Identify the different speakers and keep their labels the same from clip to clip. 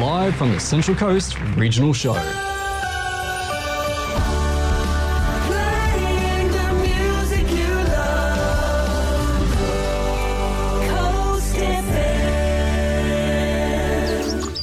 Speaker 1: live from the Central Coast Regional Show.
Speaker 2: Playing the music you love. Coast FM.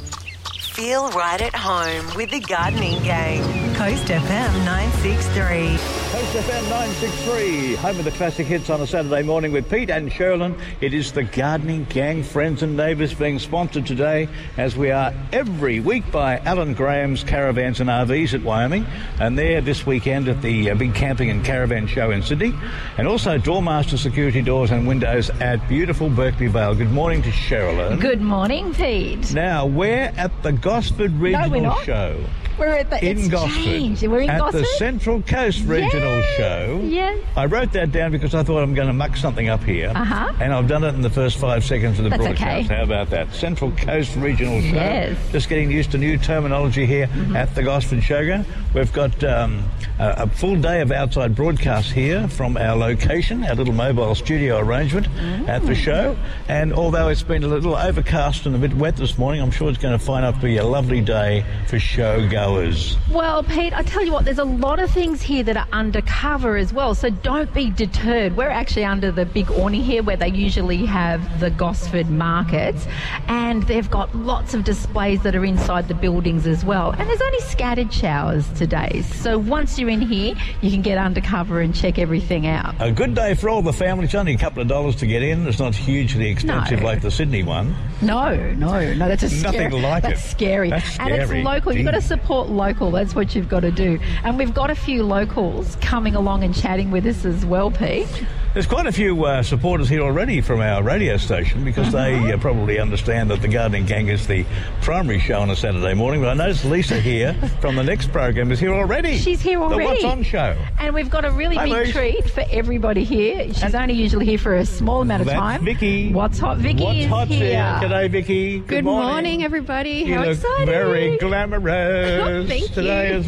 Speaker 3: Feel right at home with the gardening game.
Speaker 4: Coast FM 963.
Speaker 5: Coast FM 963, home of the classic hits on a Saturday morning with Pete and Sherilyn. It is the Gardening Gang, friends and neighbours, being sponsored today, as we are every week by Alan Graham's Caravans and RVs at Wyoming, and they're this weekend at the uh, big camping and caravan show in Sydney, and also Doormaster Security Doors and Windows at beautiful Berkeley Vale. Good morning to Sherilyn.
Speaker 6: Good morning, Pete.
Speaker 5: Now we're at the Gosford Regional
Speaker 6: not.
Speaker 5: Show
Speaker 6: We're at the
Speaker 5: in
Speaker 6: it's
Speaker 5: Gosford.
Speaker 6: changed. We're in
Speaker 5: at
Speaker 6: Gosford.
Speaker 5: the Central Coast Regional
Speaker 6: Yay.
Speaker 5: Show.
Speaker 6: Yes.
Speaker 5: I wrote that down because I thought I'm going to muck something up here.
Speaker 6: Uh-huh.
Speaker 5: And I've done it in the first five seconds of the
Speaker 6: That's
Speaker 5: broadcast.
Speaker 6: okay.
Speaker 5: How about that? Central Coast Regional Show.
Speaker 6: Yes. Mm-hmm.
Speaker 5: Just getting used to new terminology here at the Gosford Showground. We've got um, a, a full day of outside broadcasts here from our location, our little mobile studio arrangement
Speaker 6: Mm-hmm.
Speaker 5: at the show. And although it's been a little overcast and a bit wet this morning, I'm sure it's going to find up to be a lovely day for showgoers.
Speaker 6: well, Pete, I tell you what, there's a lot of things here that are undercover as well, so don't be deterred. We're actually under the big awning here where they usually have the Gosford markets, and they've got lots of displays that are inside the buildings as well. And there's only scattered showers today, so once you're in here, you can get undercover and check everything out.
Speaker 5: A good day for all the family. It's only a couple of dollars to get in. It's not hugely expensive
Speaker 6: No.
Speaker 5: like the Sydney one.
Speaker 6: No, no, no. That's a
Speaker 5: Nothing
Speaker 6: scary,
Speaker 5: like
Speaker 6: that's
Speaker 5: it.
Speaker 6: Scary.
Speaker 5: That's
Speaker 6: And
Speaker 5: scary.
Speaker 6: it's local. You've got to
Speaker 5: Gee.
Speaker 6: support local. That's what you've got to do. And we've got a few locals coming along and chatting with us as well, Pete.
Speaker 5: There's quite a few uh, supporters here already from our radio station because
Speaker 6: Mm-hmm.
Speaker 5: they uh, probably understand that the Gardening Gang is the primary show on a Saturday morning. But I noticed Lisa here from the next program is here already.
Speaker 6: She's here
Speaker 5: The
Speaker 6: already.
Speaker 5: What's On show.
Speaker 6: And we've got a really
Speaker 5: Hi,
Speaker 6: big
Speaker 5: Lise.
Speaker 6: treat for everybody here. She's only usually here for a small amount of
Speaker 5: That's
Speaker 6: time.
Speaker 5: Vicky.
Speaker 6: What's hot? Vicky
Speaker 5: What's
Speaker 6: is
Speaker 5: hot
Speaker 6: here.
Speaker 5: today, Vicky? Good,
Speaker 7: Good morning, everybody.
Speaker 5: You
Speaker 7: How
Speaker 5: look
Speaker 7: exciting!
Speaker 5: very
Speaker 8: Oh,
Speaker 5: glamorous
Speaker 7: Thank
Speaker 5: today
Speaker 7: you.
Speaker 5: as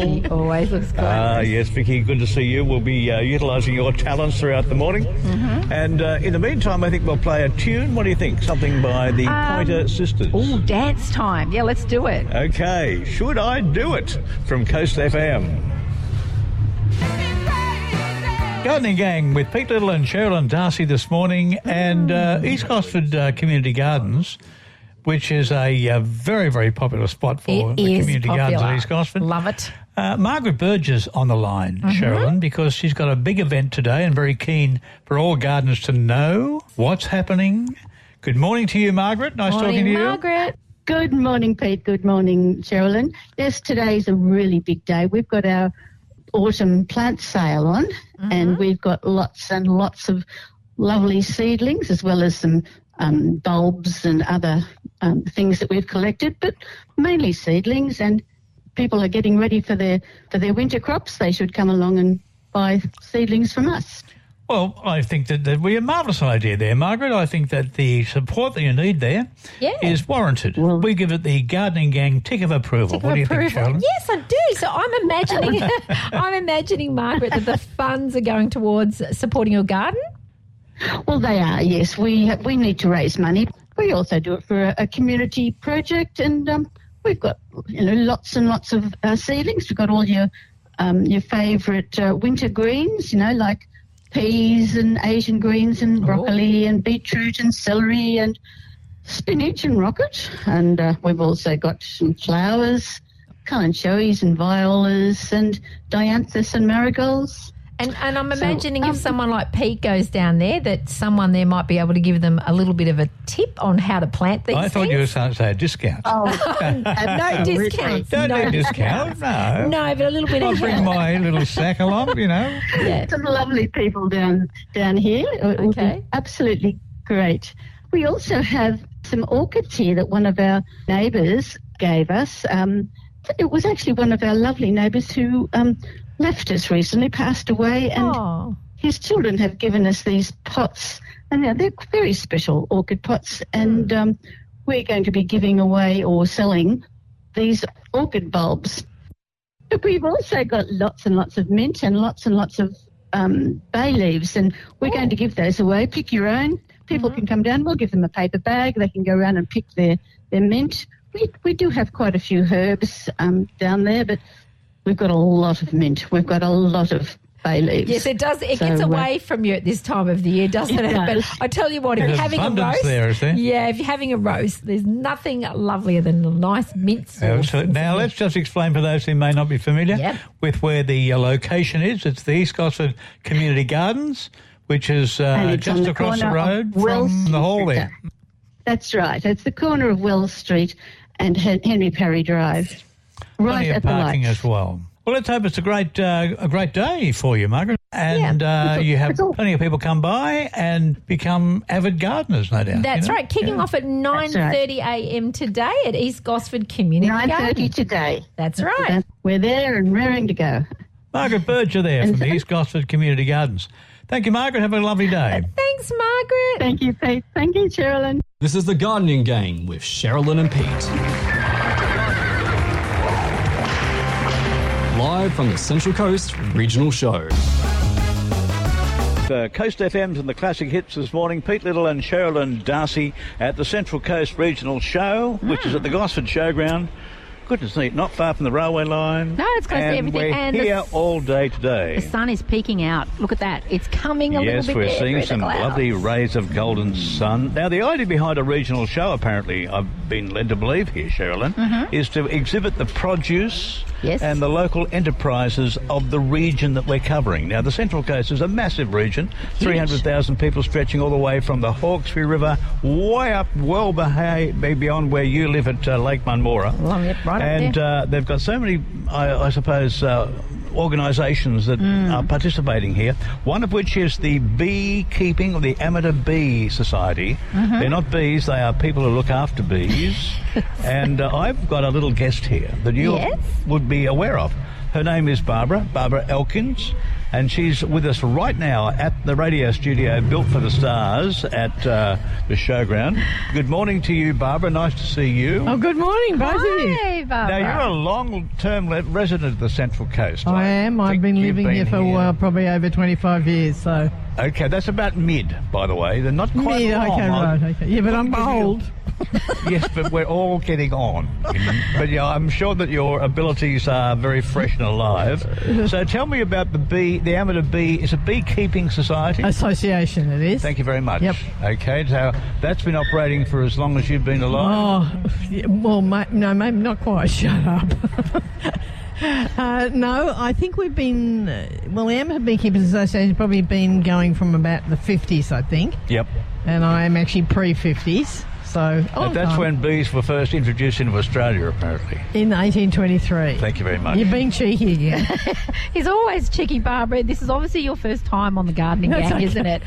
Speaker 6: She always looks good.
Speaker 5: Ah, yes, Vicky, good to see you. We'll be uh, utilising your talents throughout the morning.
Speaker 6: Mm-hmm.
Speaker 5: And uh, in the meantime, I think we'll play a tune. What do you think? Something by the Pointer Sisters.
Speaker 6: Ooh, dance time. Yeah, let's do it.
Speaker 5: Okay, Should I Do It? from Coast FM. Gardening Gang with Pete Little and Cheryl and Darcy this morning, and uh, East Gosford uh, Community Gardens, which is a uh, very, very popular spot for
Speaker 6: It
Speaker 5: the
Speaker 6: is
Speaker 5: community gardens
Speaker 6: popular.
Speaker 5: at East Gosford.
Speaker 6: Love it. Mm-hmm.
Speaker 5: Uh, Margaret Burgess on the line, Sherilyn, because she's got a big event today and very keen for all gardeners to know what's happening. Good morning to you, Margaret. Nice talking to you.
Speaker 7: Margaret.
Speaker 9: Good morning, Pete. Good morning, Sherilyn. Yes, today's a really big day. We've got our autumn plant sale on,
Speaker 5: Mm-hmm.
Speaker 9: and we've got lots and lots of lovely seedlings as well as some um, bulbs and other um, things that we've collected, but mainly seedlings. And people are getting ready for their for their winter crops. They should come along and buy seedlings from us.
Speaker 5: Well, I think that that we a marvellous idea there, Margaret. I think that the support that you need there is
Speaker 7: Yeah.
Speaker 5: warranted. we give it the gardening gang tick of approval. what do you think, Sherilyn?
Speaker 7: Yes, I do. So I'm imagining, I'm imagining Margaret that the funds are going towards supporting your garden.
Speaker 9: Well, they are. Yes, we we need to raise money. We also do it for a, a community project, and um, we've got you know lots and lots of uh, seedlings. We've got all your um, your favourite uh, winter greens. You know, like peas and Asian greens
Speaker 7: Oh.
Speaker 9: and broccoli and beetroot and celery and spinach and rocket. And uh, we've also got some flowers, calanchoes and violas and dianthus and marigolds.
Speaker 7: And, and I'm imagining
Speaker 5: um,
Speaker 7: if someone like Pete goes down there, that someone there might be able to give them a little bit of a tip on how to plant these
Speaker 5: I thought
Speaker 7: things.
Speaker 5: you were saying say a discount.
Speaker 7: no discounts.
Speaker 5: Don't
Speaker 7: no,
Speaker 5: need discount, Oh, no.
Speaker 7: no, but a little bit
Speaker 5: I'll
Speaker 7: of
Speaker 5: bring my little sack along, you know.
Speaker 7: yeah.
Speaker 9: some lovely people down down here. It will be
Speaker 7: Okay.
Speaker 9: absolutely great. We also have some orchids here that one of our neighbours gave us. Um, it was actually one of our lovely neighbours who um, left us recently, passed away, and
Speaker 7: Oh,
Speaker 9: his children have given us these pots, and they're, they're very special orchid pots.
Speaker 7: Hmm.
Speaker 9: And um, we're going to be giving away or selling these orchid bulbs. But we've also got lots and lots of mint and lots and lots of um, bay leaves, and we're going to give those away.
Speaker 7: Mm-hmm.
Speaker 9: Pick your own. People can come down. We'll give them a paper bag. They can go around and pick their, their mint. we, we do have quite a few herbs um, down there, but we've got a lot of mint. We've got a lot of bay leaves.
Speaker 7: Yes, it does. It
Speaker 9: So,
Speaker 7: gets
Speaker 9: uh,
Speaker 7: away from you at this time of the year, doesn't it?
Speaker 9: It does.
Speaker 7: But I tell you what, if
Speaker 5: There's
Speaker 7: you're having a
Speaker 5: abundance
Speaker 7: roast,
Speaker 5: there, is there?
Speaker 7: yeah, if you're having a roast, there's nothing lovelier than a nice mint sauce.
Speaker 5: Absolutely. Now, let's just explain for those who may not be familiar
Speaker 7: Yep.
Speaker 5: with where the uh, location is. It's the East Gosford Community Gardens, which is
Speaker 9: And
Speaker 5: uh,
Speaker 9: it's on
Speaker 5: just
Speaker 9: the
Speaker 5: across the
Speaker 9: corner of
Speaker 5: road from
Speaker 9: Wilson
Speaker 5: the hall there.
Speaker 9: Street. That's right. It's the corner of Wells Street and Hen- Henry Parry Drive, right
Speaker 5: Plenty of
Speaker 9: at the
Speaker 5: parking
Speaker 9: lights.
Speaker 5: as well. Well, let's hope it's a great uh, a great day for you, Margaret, and
Speaker 7: Yeah.
Speaker 5: uh, you have
Speaker 9: It's all-
Speaker 5: plenty of people come by and become avid gardeners, no doubt.
Speaker 7: That's
Speaker 5: you know?
Speaker 7: right. Kicking off at 9.30 a.m. today at East Gosford Community
Speaker 9: Nine thirty
Speaker 7: Garden.
Speaker 9: today.
Speaker 7: That's right.
Speaker 9: That- We're there and raring to go.
Speaker 5: Margaret Berger there from the East Gosford Community Gardens. Thank you, Margaret. Have a lovely day.
Speaker 7: Thanks, Margaret.
Speaker 9: Thank you, Pete. Thank you, Sherilyn.
Speaker 1: This is the Gardening Gang with Sherilyn and Pete. Live from the Central Coast Regional Show.
Speaker 5: The Coast FMs and the Classic Hits this morning. Pete Little and Sherilyn Darcy at the Central Coast Regional Show, which is at the Gosford Showground. Goodness me, not far from the railway line.
Speaker 6: No, it's close to
Speaker 5: and
Speaker 6: everything,
Speaker 5: We're
Speaker 6: and the
Speaker 5: here
Speaker 6: s-
Speaker 5: all day
Speaker 6: The
Speaker 5: today.
Speaker 6: sun is peeking out. Look at that. It's coming a little
Speaker 5: Yes,
Speaker 6: bit
Speaker 5: we're
Speaker 6: there
Speaker 5: seeing
Speaker 6: through the
Speaker 5: some
Speaker 6: clouds.
Speaker 5: lovely rays of golden sun. Now, the idea behind a regional show, apparently, I've been led to believe here, Sherilyn, is to exhibit the produce
Speaker 6: Mm-hmm. Yes.
Speaker 5: and the local enterprises of the region that we're covering. Now, the Central Coast is a massive region, 300,000 people stretching all the way from the Hawkesbury River way up well beha- beyond where you live at uh, Lake Munmora.
Speaker 7: Well, yep, right up
Speaker 5: and
Speaker 7: there.
Speaker 5: Uh, they've got so many, I, I suppose, uh, organisations that are participating here. One of which is the beekeeping or the Amateur Bee Society. They're not bees; they are people who look after bees. and uh, I've got a little guest here that you
Speaker 6: Yes.
Speaker 5: would be aware of. Her name is Barbara, Barbara Elkins, and she's with us right now at the radio studio built for the stars at uh, the showground. Good morning to you, Barbara. Nice to see you.
Speaker 10: Oh, good morning, both of you.
Speaker 6: Hey, Barbara.
Speaker 5: Now, you're a long term le- resident of the Central Coast.
Speaker 10: I am. I've
Speaker 5: think
Speaker 10: been
Speaker 5: you've
Speaker 10: living here for uh, probably over 25 years. So,
Speaker 5: Okay, that's about mid, by the way. They're not quite
Speaker 10: yeah,
Speaker 5: long.
Speaker 10: okay,
Speaker 5: I'm-
Speaker 10: right, okay. Yeah, but I'm
Speaker 5: Look, you-
Speaker 10: old.
Speaker 5: yes, but we're all getting on. but yeah, I'm sure that your abilities are very fresh and alive. So tell me about the bee, the amateur bee. It's a beekeeping society.
Speaker 10: Association, it is.
Speaker 5: Thank you very much.
Speaker 10: Yep.
Speaker 5: Okay, so that's been operating for as long as you've been alive.
Speaker 10: Oh, yeah, well, ma- no, maybe not quite. Shut up. Uh, no, I think we've been, uh, well, the Amateur Beekeepers Association probably been going from about the 50s, I think,
Speaker 5: Yep.
Speaker 10: and I am actually pre 50s, so. Oh, a long
Speaker 5: that's
Speaker 10: time.
Speaker 5: when bees were first introduced into Australia, apparently.
Speaker 10: In 1823.
Speaker 5: Thank you very much.
Speaker 10: You're being cheeky again.
Speaker 6: He's always cheeky, Barbara. This is obviously your first time on the gardening gang,
Speaker 10: That's okay.
Speaker 6: isn't it?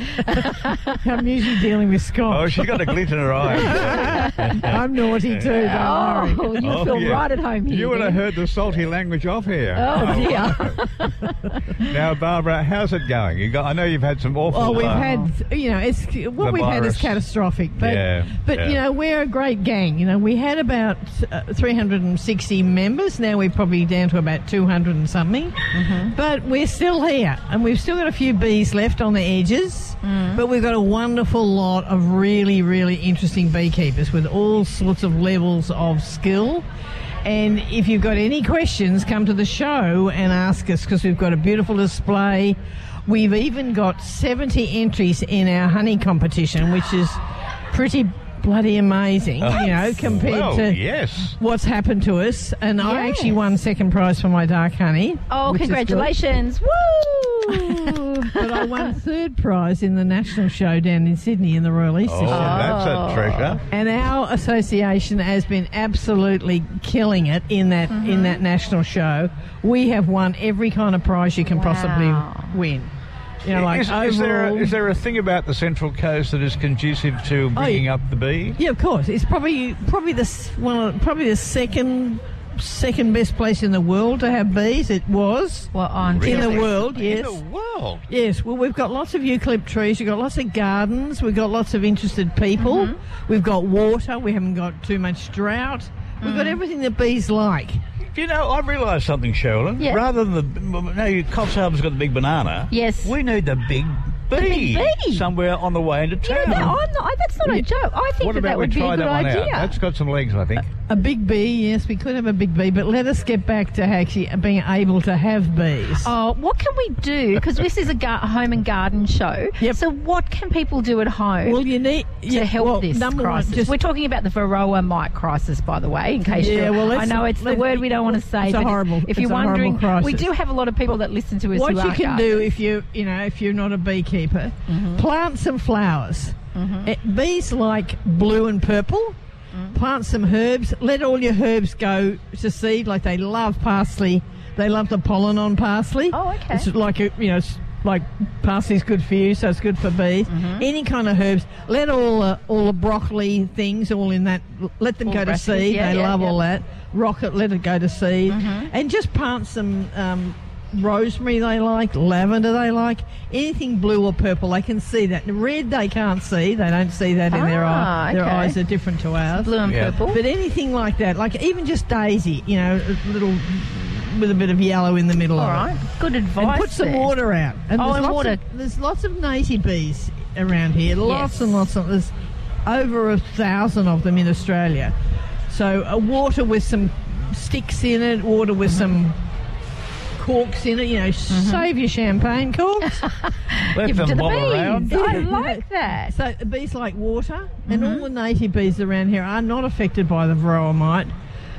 Speaker 10: I'm usually dealing with Scott.
Speaker 5: Oh, she's got a glint in her eye.
Speaker 10: I'm naughty too, don't worry.
Speaker 6: oh, you
Speaker 5: Oh,
Speaker 6: feel
Speaker 5: yeah.
Speaker 6: right at home here.
Speaker 11: You would have
Speaker 6: then.
Speaker 11: heard the salty language off here.
Speaker 6: Oh dear.
Speaker 11: Now, Barbara, how's it going? You got, I know you've had some awful.
Speaker 10: Well, we've
Speaker 11: uh,
Speaker 10: had, you know, it's what
Speaker 11: The
Speaker 10: we've had is
Speaker 11: virus.
Speaker 10: catastrophic. But,
Speaker 11: Yeah,
Speaker 10: but you
Speaker 11: yeah.
Speaker 10: know, we're a great gang. You know, we had about uh, 360 members. Now we're probably down to about 200 and something. But we're still here, and we've still got a few bees left on the edges. But we've got a wonderful lot of really, really interesting beekeepers with all sorts of levels of skill. And if you've got any questions, come to the show and ask us because we've got a beautiful display. We've even got 70 entries in our honey competition, which is pretty bloody amazing, you know, compared
Speaker 11: Oh. well,
Speaker 10: to
Speaker 11: yes.
Speaker 10: what's happened to us. And I actually won second prize for my dark honey.
Speaker 6: Oh,
Speaker 10: which is good.
Speaker 6: congratulations. Woo!
Speaker 10: But I won third prize in the national show down in Sydney in the Royal Easter
Speaker 11: Oh,
Speaker 10: Show.
Speaker 11: that's a treasure.
Speaker 10: And our association has been absolutely killing it in that
Speaker 6: Mm-hmm.
Speaker 10: in that national show. We have won every kind of prize you can
Speaker 6: Wow.
Speaker 10: possibly win. You know, like
Speaker 11: is, is there a,
Speaker 10: overall- Oh,
Speaker 11: is there a thing about the Central Coast that is conducive to bringing up the bee?
Speaker 10: yeah, of course. It's probably probably the s- one of- probably the second second best place in the world to have bees. It was
Speaker 6: well, on
Speaker 10: in the
Speaker 6: Tuesday.
Speaker 10: world. Yes.
Speaker 11: In the
Speaker 5: Oh.
Speaker 11: world.
Speaker 10: Yes, well, we've got lots of eucalypt trees, we've got lots of gardens, we've got lots of interested people,
Speaker 6: Mm-hmm.
Speaker 10: we've got water, we haven't got too much drought, we've
Speaker 6: Mm.
Speaker 10: got everything that bees like.
Speaker 5: You know, I've realised something, Sherilyn.
Speaker 6: Yeah.
Speaker 5: Rather than the now, you Coffs Harbour's got the big banana.
Speaker 6: Yes.
Speaker 5: we need the big bee,
Speaker 6: the bee.
Speaker 5: somewhere on the way into
Speaker 6: You know,
Speaker 5: town.
Speaker 6: that, I'm not, that's not a joke. I think
Speaker 11: What
Speaker 6: that,
Speaker 11: about
Speaker 6: that
Speaker 11: we
Speaker 6: would be
Speaker 11: try
Speaker 6: a good
Speaker 11: that one
Speaker 6: idea.
Speaker 11: out? That's got some legs, I think.
Speaker 10: A big bee, yes, we could have a big bee, but let us get back to actually being able to have bees.
Speaker 6: Oh, what can we do? Because this is a gar- home and garden show.
Speaker 10: Yep.
Speaker 6: So, what can people do at home
Speaker 10: well, you need
Speaker 6: to help this
Speaker 10: number one,
Speaker 6: crisis?
Speaker 10: just-
Speaker 6: We're talking about the varroa mite crisis, by the way. In case
Speaker 10: Yeah,
Speaker 6: you,
Speaker 10: well,
Speaker 6: I
Speaker 10: let's-
Speaker 6: know it's the
Speaker 10: let-
Speaker 6: word we don't want to say.
Speaker 10: it's a
Speaker 6: but
Speaker 10: horrible-
Speaker 6: If you're
Speaker 10: it's a horrible
Speaker 6: wondering, we
Speaker 10: crisis.
Speaker 6: do have a lot of people that listen to us.
Speaker 10: what
Speaker 6: who
Speaker 10: you
Speaker 6: are Mm-hmm.
Speaker 10: can
Speaker 6: gardeners.
Speaker 10: do if you you know if you're not a beekeeper plant some flowers
Speaker 6: Mm-hmm.
Speaker 10: Eh, bees like blue and purple plant some herbs let all your herbs go to seed like they love parsley they love the pollen on parsley
Speaker 6: Oh, okay.
Speaker 10: it's like a, you know it's like parsley's good for you so it's good for bees
Speaker 6: Mm-hmm.
Speaker 10: any kind of herbs let all the, all the broccoli things all in that let them
Speaker 6: All
Speaker 10: go
Speaker 6: the
Speaker 10: to
Speaker 6: brassicas,
Speaker 10: seed
Speaker 6: yeah,
Speaker 10: they
Speaker 6: yeah,
Speaker 10: love
Speaker 6: yeah.
Speaker 10: all that rocket let it go to seed
Speaker 6: Mm-hmm.
Speaker 10: and just plant some um, rosemary they like lavender they like anything blue or purple they can see that red they can't see they don't see that in their
Speaker 6: Ah,
Speaker 10: eye their
Speaker 6: okay.
Speaker 10: eyes are different to ours
Speaker 6: Blue and
Speaker 11: Yeah.
Speaker 6: purple.
Speaker 10: but anything like that like even just daisy you know a little with a bit of yellow in the middle
Speaker 6: All
Speaker 10: of
Speaker 6: right.
Speaker 10: it
Speaker 6: Good advice.
Speaker 10: and put some
Speaker 6: there.
Speaker 10: water out
Speaker 6: Oh, and
Speaker 10: there's lots
Speaker 6: water.
Speaker 10: of, there's lots of native bees around here lots
Speaker 6: Yes.
Speaker 10: and lots of there's over a thousand of them in australia so a water with some sticks in it water with some corks in it you know save your champagne corks
Speaker 11: Let
Speaker 6: Mm-hmm. Give it to
Speaker 11: them
Speaker 6: the
Speaker 11: bob around.
Speaker 6: bees. I like that.
Speaker 10: So the bees like water, and
Speaker 6: Mm-hmm.
Speaker 10: all the native bees around here are not affected by the varroa mite.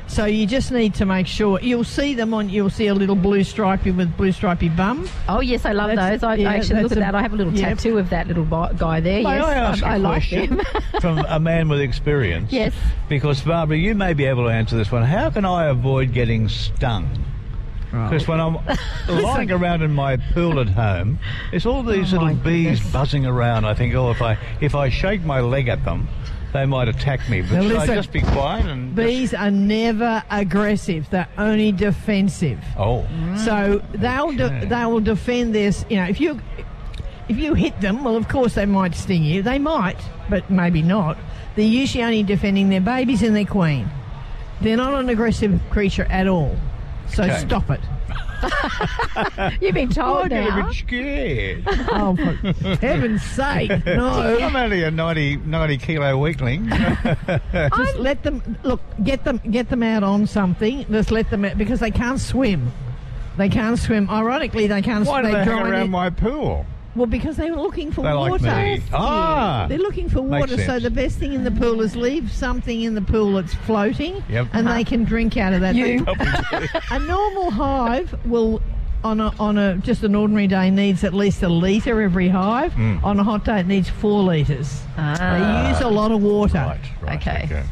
Speaker 10: So you just need to make sure you'll see them on. You'll see a little blue stripy with blue stripy bum.
Speaker 6: Oh yes, I love
Speaker 10: That's-
Speaker 6: those. I, I
Speaker 10: yeah,
Speaker 6: actually look
Speaker 10: that's
Speaker 6: at
Speaker 10: a-
Speaker 6: that. I have a little
Speaker 10: yep.
Speaker 6: tattoo of that little bo- guy there.
Speaker 5: May
Speaker 6: yes,
Speaker 5: I ask a
Speaker 6: I, I like
Speaker 5: question
Speaker 6: him.
Speaker 5: from a man with experience?
Speaker 6: Yes.
Speaker 5: Because, Barbara, you may be able to answer this one. How can I avoid getting stung? Because when I'm lying around in my pool at home, there's all these
Speaker 6: Oh, my
Speaker 5: little bees
Speaker 6: goodness.
Speaker 5: buzzing around. I think, oh, if I if I shake my leg at them, they might attack me. But
Speaker 10: Now,
Speaker 5: should I
Speaker 10: listen.
Speaker 5: just be quiet and just-
Speaker 10: Bees are never aggressive; they're only defensive.
Speaker 5: oh,
Speaker 10: So they'll
Speaker 5: Okay.
Speaker 10: de- they will defend this. You know, if you if you hit them, well, of course they might sting you. They might, but maybe not. They're usually only defending their babies and their queen. They're not an aggressive creature at all. So
Speaker 5: Okay.
Speaker 10: stop it.
Speaker 6: You've been
Speaker 5: I
Speaker 6: told
Speaker 5: get a
Speaker 6: now.
Speaker 5: bit scared.
Speaker 10: Oh, for heaven's sake, no.
Speaker 5: I'm only a 90, 90 kilo weakling.
Speaker 10: Just let them look. Get them. Get them out on something. Just let them out because they can't swim. They can't swim. Ironically, they can't.
Speaker 11: Why do
Speaker 10: swim.
Speaker 11: they hang
Speaker 10: drown
Speaker 11: around
Speaker 10: in-
Speaker 11: my pool?
Speaker 10: Well, because they were looking for
Speaker 5: They like
Speaker 10: water.
Speaker 5: me. Ah!
Speaker 10: They're looking for
Speaker 5: Makes
Speaker 10: water, so
Speaker 5: sense.
Speaker 10: the best thing in the pool is leave something in the pool that's floating,
Speaker 11: Yep.
Speaker 10: and they can drink out of that.
Speaker 6: You.
Speaker 10: A normal hive will, on a, on a just an ordinary day, needs at least a litre every hive.
Speaker 5: Hmm.
Speaker 10: On a hot day, it needs four litres. They use a lot of water.
Speaker 11: Right, right.
Speaker 6: Ah. Okay.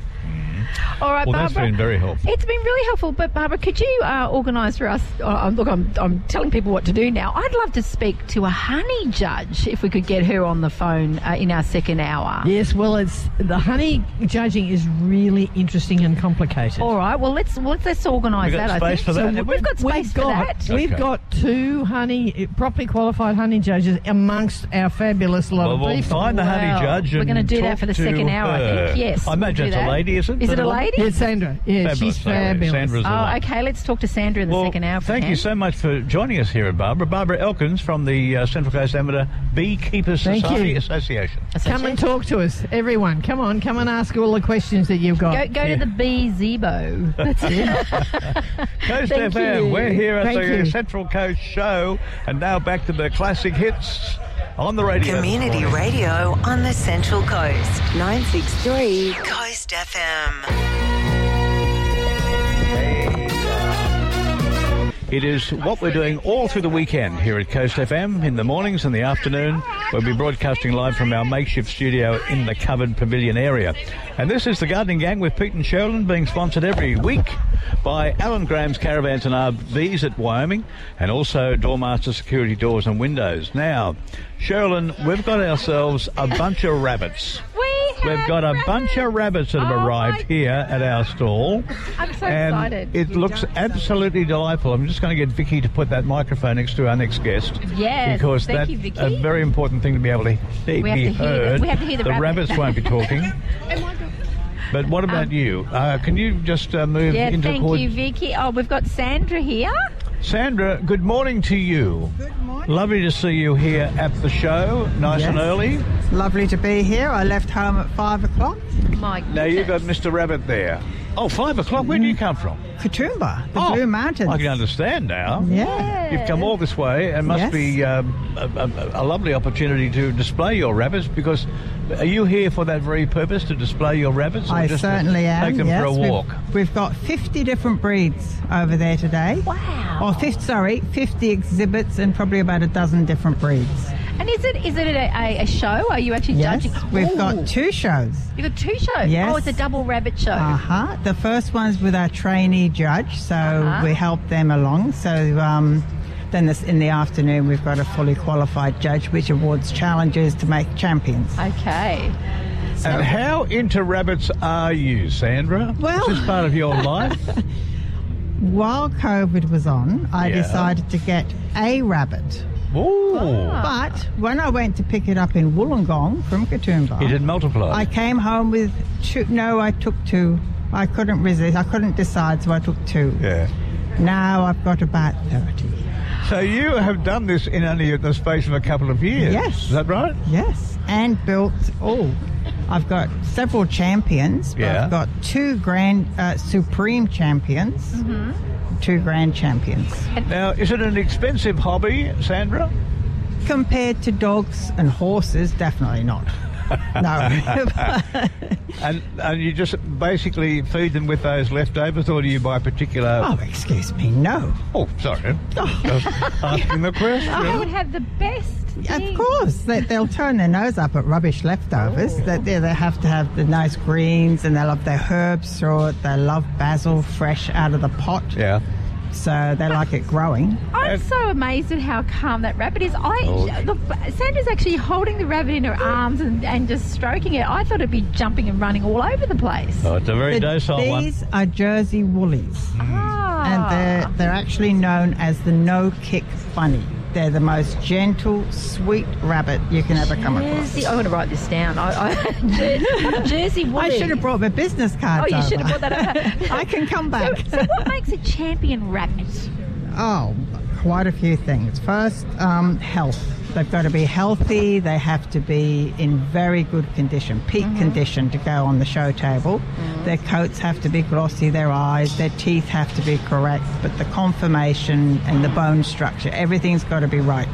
Speaker 6: All right,
Speaker 5: Well, that's
Speaker 6: Barbara.
Speaker 5: been very helpful.
Speaker 6: It's been really helpful, but Barbara, could you uh, organise for us? Uh, um, look, I'm, I'm telling people what to do now. I'd love to speak to a honey judge if we could get her on the phone uh, in our second hour.
Speaker 10: Yes, well, it's the honey judging is really interesting and complicated.
Speaker 6: All right. Well, let's let's, let's organise
Speaker 5: We've got
Speaker 6: that. I think.
Speaker 5: space for that,
Speaker 6: So
Speaker 5: haven't we?
Speaker 6: we've got space
Speaker 10: We've
Speaker 6: for
Speaker 10: got,
Speaker 6: that.
Speaker 10: we've
Speaker 5: Okay.
Speaker 10: got two honey, properly qualified honey judges amongst our fabulous lot
Speaker 5: Well,
Speaker 10: of
Speaker 5: we'll
Speaker 10: people.
Speaker 5: find the
Speaker 6: Wow.
Speaker 5: honey judge.
Speaker 6: We're
Speaker 5: and
Speaker 6: gonna do that
Speaker 5: talk
Speaker 6: for the
Speaker 5: to
Speaker 6: second hour, I
Speaker 5: her.
Speaker 6: think. Yes,
Speaker 5: I imagine
Speaker 6: we'll do
Speaker 5: it's a
Speaker 6: that.
Speaker 5: lady, is it?
Speaker 6: Is it
Speaker 5: the
Speaker 6: a
Speaker 5: one?
Speaker 6: lady?
Speaker 10: Yeah, Sandra. Yeah,
Speaker 5: Fabulous,
Speaker 10: she's
Speaker 5: Sandra.
Speaker 10: fabulous.
Speaker 5: Sandra's the
Speaker 6: Oh,
Speaker 5: one.
Speaker 6: okay. Let's talk to Sandra in the
Speaker 5: Well,
Speaker 6: second hour. if we
Speaker 5: thank you
Speaker 6: can.
Speaker 5: so much for joining us here, Barbara. Barbara Elkins from the uh, Central Coast Amateur Beekeepers
Speaker 10: Thank
Speaker 5: Society
Speaker 10: you.
Speaker 5: Association.
Speaker 10: Come and talk to us, everyone. Come on, come and ask all the questions that you've got.
Speaker 6: Go, go to the B Zebo. That's it.
Speaker 5: Coast
Speaker 6: Thank
Speaker 5: FM,
Speaker 6: you.
Speaker 5: we're here at
Speaker 10: Thank
Speaker 5: the uh,
Speaker 10: you.
Speaker 5: Central Coast Show, and now back to the classic hits on the radio. this
Speaker 3: Community
Speaker 5: morning.
Speaker 3: radio on the Central Coast. 963 Coast FM.
Speaker 5: It is what we're doing all through the weekend here at Coast FM in the mornings and the afternoon. We'll be broadcasting live from our makeshift studio in the covered pavilion area. And this is the Gardening Gang with Pete and Sherilyn being sponsored every week by Alan Graham's Caravans and RVs at Wyoming and also Doormaster Security Doors and Windows. Now, Sherilyn, we've got ourselves a bunch of rabbits.
Speaker 6: We have
Speaker 5: We've got a
Speaker 6: rabbits.
Speaker 5: bunch of rabbits that have
Speaker 6: Oh, my
Speaker 5: arrived here at our stall.
Speaker 6: I'm so
Speaker 5: and
Speaker 6: excited.
Speaker 5: It looks absolutely delightful. I'm just going to get Vicky to put that microphone next to our next guest.
Speaker 6: Yes,
Speaker 5: Because
Speaker 6: thank
Speaker 5: that's
Speaker 6: you, Vicky.
Speaker 5: a very important thing to be able to he-
Speaker 6: We have
Speaker 5: be
Speaker 6: to hear the-
Speaker 5: heard.
Speaker 6: we have to hear the rabbit.
Speaker 5: rabbits won't be talking. But what about you? Uh, can you just uh, move
Speaker 6: Um, Yeah,
Speaker 5: into
Speaker 6: thank
Speaker 5: cord-
Speaker 6: you, Vicky. Oh, we've got Sandra here.
Speaker 5: Sandra, good morning to you.
Speaker 12: Good
Speaker 5: Lovely to see you here at the show, nice and
Speaker 12: Yes.
Speaker 5: early.
Speaker 12: Lovely to be here. I left home at five o'clock.
Speaker 6: My
Speaker 5: Now you've got Mr. Rabbit there. Oh, five o'clock. Where do you come from?
Speaker 12: Katoomba, the Blue Mountains.
Speaker 5: Oh, I can understand now.
Speaker 12: Yeah.
Speaker 5: You've come all this way, and must
Speaker 12: Yes.
Speaker 5: be um, a, a, a lovely opportunity to display your rabbits. Because are you here for that very purpose to display your rabbits? or
Speaker 12: I
Speaker 5: just to
Speaker 12: certainly am.
Speaker 5: Take them
Speaker 12: yes.
Speaker 5: for a
Speaker 12: We've-
Speaker 5: walk.
Speaker 12: We've, got 50 different breeds over there today. Wow. Or 50, sorry, 50 exhibits and probably about a dozen different breeds.
Speaker 6: And is it is it a, a, a show? Are you actually
Speaker 12: Yes.
Speaker 6: judging?
Speaker 12: We've
Speaker 6: Ooh.
Speaker 12: got two shows.
Speaker 6: You got two shows.
Speaker 12: Yes.
Speaker 6: Oh, it's a double rabbit show.
Speaker 12: Uh huh. The first one's with our trainee judge, so
Speaker 6: Uh-huh.
Speaker 12: we help them along. So um, then this, in the afternoon, we've got a fully qualified judge which awards challenges to make champions.
Speaker 6: Okay.
Speaker 5: And how into rabbits are you, Sandra?
Speaker 12: Well-
Speaker 5: is this part of your life?
Speaker 12: While COVID was on, I
Speaker 5: Yeah.
Speaker 12: decided to get a rabbit.
Speaker 5: Ooh.
Speaker 6: Ah.
Speaker 12: But when I went to pick it up in Wollongong from Katoomba,
Speaker 5: It had multiplied.
Speaker 12: I came home with two. No, I took two. I couldn't resist. I couldn't decide, so I took two.
Speaker 11: Yeah.
Speaker 12: Now I've got about 30.
Speaker 11: So you have done this in only the space of a couple of years.
Speaker 12: Yes.
Speaker 11: Is that right?
Speaker 12: Yes, and built. Oh, I've got several champions. but
Speaker 11: Yeah.
Speaker 12: I've got two grand uh, supreme champions, two grand champions.
Speaker 5: Now, is it an expensive hobby, Sandra?
Speaker 12: Compared to dogs and horses, definitely not. No.
Speaker 11: and and you just basically feed them with those leftovers, or do you buy particular?
Speaker 12: Oh, excuse me, no.
Speaker 11: Oh, sorry. Just asking the question.
Speaker 6: They would have the best.
Speaker 12: Of course, they, they'll turn their nose up at rubbish leftovers. That they, they have to have the nice greens, and they love their herbs through it. They love basil fresh out of the pot.
Speaker 11: Yeah.
Speaker 12: So they like it growing.
Speaker 6: I'm so amazed at how calm that rabbit is. I
Speaker 5: Oh,
Speaker 6: look, Sandra's actually holding the rabbit in her arms and, and just stroking it. I thought it'd be jumping and running all over the place.
Speaker 5: Oh, it's a very
Speaker 12: The-
Speaker 5: docile one.
Speaker 12: These are Jersey Woolies,
Speaker 6: Ah.
Speaker 12: and they're they're actually known as the no kick bunny. They're the most gentle, sweet rabbit you can ever come across.
Speaker 6: Jersey, I'm going to write this down. I, I, Jersey
Speaker 12: I
Speaker 6: Woolly.
Speaker 12: should have brought my business
Speaker 6: Oh,
Speaker 12: cards.
Speaker 6: you should
Speaker 12: over.
Speaker 6: have brought that up.
Speaker 12: I can come back.
Speaker 6: So, so what makes a champion rabbit?
Speaker 12: Oh, quite a few things. First, um, health. They've got to be healthy. They have to be in very good condition, peak condition to go on the show table. Their coats have to be glossy, their eyes, their teeth have to be correct, but the conformation and the bone structure, everything's got to be right.